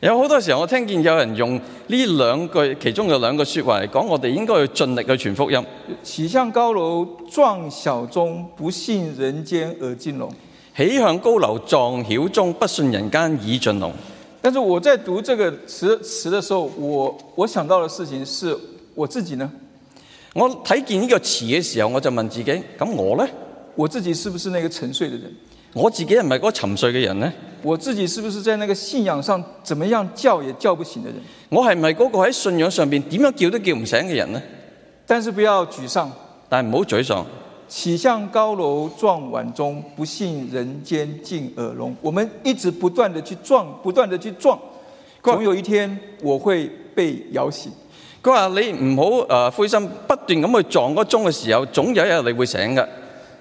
B: 有好多時候，我聽見有人用呢兩句其中嘅兩句説話嚟講，我哋應該要盡力去傳福音。
A: 起向高楼撞小钟，不信人间耳尽聋。
B: 起向高樓撞曉中，不信人間已盡聾。
A: 但是我在读这个词词的时候，我我想到的事情是我自己呢，
B: 我睇見呢個詞嘅時候，我就問自己：咁我呢？
A: 我自己是不是那个沉睡的人？
B: 我自己係咪嗰個沉睡嘅人呢？
A: 我自己是不是在那个信仰上怎么样叫也叫不醒的人？
B: 我係咪嗰個喺信仰上邊點樣叫都叫唔醒嘅人呢？
A: 但是不要沮丧，
B: 但係唔好沮喪。
A: 起向高楼撞晚钟，不信人间尽耳聋。我们一直不断的去撞，不断的去撞，总有一天我会被摇醒。
B: 佢話：你唔好誒呃灰心，不斷咁去撞嗰個鐘嘅時候，總有一日你會醒嘅。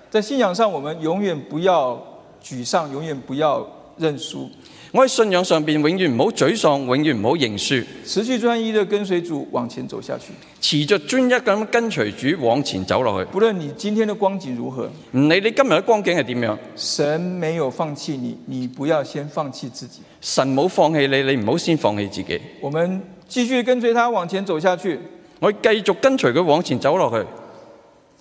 A: 在信仰上，我们永远不要沮丧，永远不要认输，
B: 我喺信仰上邊永遠唔好沮喪，永遠唔好認輸。
A: 持续专一的跟随主往前走下去。
B: 持續專一咁跟隨主往前走落去，
A: 不论你今天的光景如何，
B: 唔理你今日嘅光景係點樣，
A: 神没有放弃你，你不要先放弃自己。
B: 神冇放棄你，你唔好先放棄自己。
A: 我们继续跟随他往前走下去。
B: 我繼續跟隨佢往前走落去。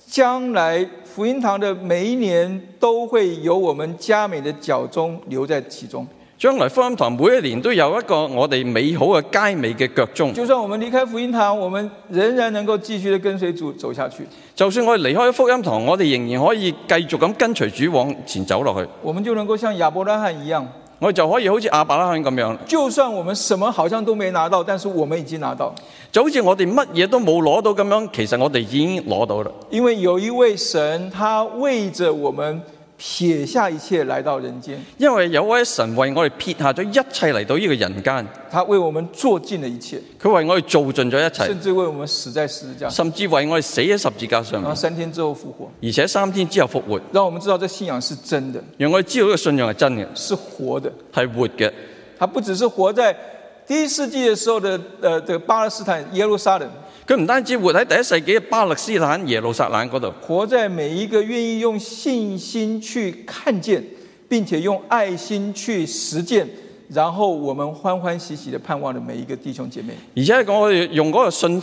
A: 将来福音堂的每一年都会有我们佳美的脚钟留在其中。
B: 將來福音堂每一年都有一個我哋美好嘅佳美嘅腳蹤。
A: 就算我们离开福音堂，我们仍然能够继续的跟随主走下去，
B: 就算我哋離開咗福音堂，我哋仍然可以繼續咁跟隨主往前走落去。
A: 我们就能够像亚伯拉罕一样。
B: 我哋就可以好似亞伯拉罕咁樣，
A: 就算我们什么好像都没拿到，但是我们已经拿到，
B: 就好似我哋乜嘢都冇攞到咁樣。其實我哋已經攞到啦，
A: 因为有一位神，他为着我们撇下一切来到人间，
B: 因為有位神為我哋撇下咗一切嚟到呢個人間，
A: 他为我们做尽了一切，
B: 佢為我哋做盡咗一切。
A: 甚至为我们死在十字架，
B: 甚至為我哋死喺十字架上
A: 然
B: 面
A: 后，三天之后复活，
B: 而且三天之後復活，
A: 让我们知道这信仰是真的，
B: 讓我哋知道呢個信仰係真嘅，
A: 是活的。
B: 係活嘅。
A: 他不只是活在第一世纪的时候的呃的巴勒斯坦耶路撒冷，
B: 佢唔單止活喺第一世紀嘅巴勒斯坦耶路撒冷嗰度，
A: 活在每一个愿意用信心去看见，并且用爱心去实践，然后我们欢欢喜喜的盼望的每一个弟兄姐妹。
B: 而且我哋用嗰個信，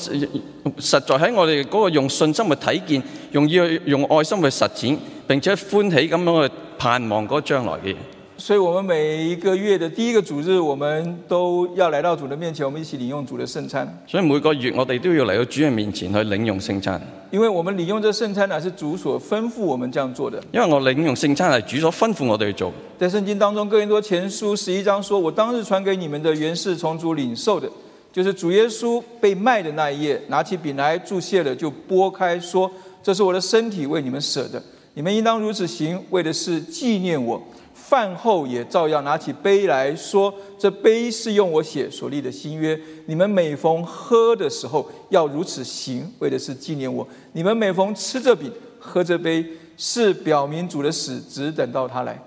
B: 實在喺我哋嗰個用信心去睇見，用要用愛心去實踐，並且歡喜咁樣去盼望嗰將來嘅嘢。
A: 所以，我们每一个月的第一个主日，我们都要来到主的面前，我们一起领用主的圣餐，
B: 所以每個月我哋都要嚟到主嘅面前去領用聖餐，
A: 因为我们领用这圣餐呢，是主所吩咐我们这样做的。
B: 因為我領用聖餐係主所吩咐我哋去做。
A: 在圣经当中，《哥林多前书》十一章说：“我当日传给你们的原是从主领受的，就是主耶稣被卖的那一夜，拿起饼来注谢了，就拨开说：‘这是我的身体，为你们舍的，你们应当如此行，为的是纪念我。’饭后也照样拿起杯来说：‘这杯是用我血所立的新约，你们每逢喝的时候要如此行，为的是纪念我。你们每逢吃这饼、喝这杯，是表明主的死，只等到他来。’”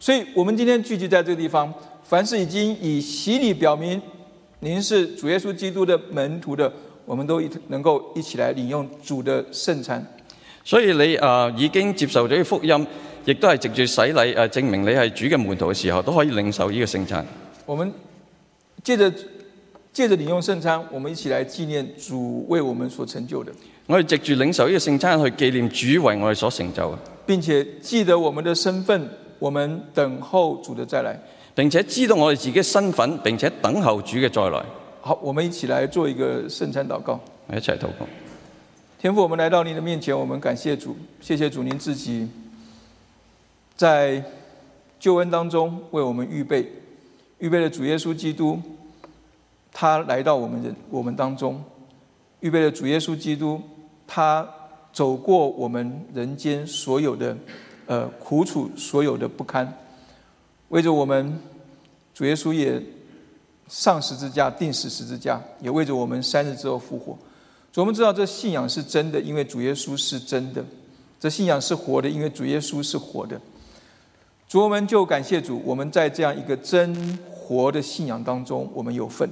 A: 所以，我们今天聚集在这个地方，凡是已经以洗礼表明您是主耶稣基督的门徒的，我们都一能够一起来领用主的圣餐。
B: 所以你啊、呃已經接受咗呢個福音，亦都係藉住洗禮誒、呃、證明你係主嘅門徒嘅時候，都可以領受呢個聖餐。
A: 我们借着借着领用圣餐，我们一起来纪念主为我们所成就的，
B: 我哋藉住領受呢個聖餐去紀念主為我哋所成就嘅，
A: 并且记得我们的身份，我们等候主的再来。
B: 並且知道我哋自己嘅身份，並且等候主嘅再來。
A: 好，我们一起来做一个圣餐祷告。
B: 我一齊禱告。
A: 天父，我们来到您的面前，我们感谢主，谢谢主您自己在救恩当中为我们预备，预备了主耶稣基督，他来到我们人我们当中，预备了主耶稣基督，他走过我们人间所有的呃苦楚，所有的不堪，为着我们，主耶稣也上十字架，定死十字架，也为着我们三日之后复活。主，我们知道这信仰是真的，因为主耶稣是真的；这信仰是活的，因为主耶稣是活的。主，我们就感谢主，我们在这样一个真活的信仰当中，我们有份。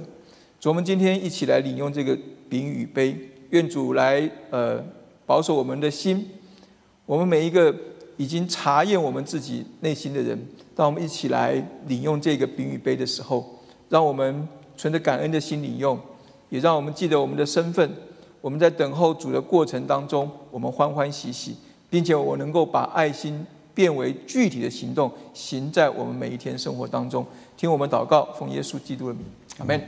A: 主，我们今天一起来领用这个饼与杯，愿主来呃保守我们的心。我们每一个已经查验我们自己内心的人，当我们一起来领用这个饼与杯的时候，让我们存着感恩的心领用，也让我们记得我们的身份。我们在等候主的过程当中，我们欢欢喜喜，并且我能够把爱心变为具体的行动，行在我们每一天生活当中。听我们祷告，奉耶稣基督的名，阿门。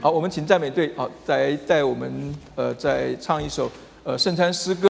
A: 好，我们请赞美队，好，再在我们呃再唱一首呃圣餐诗歌。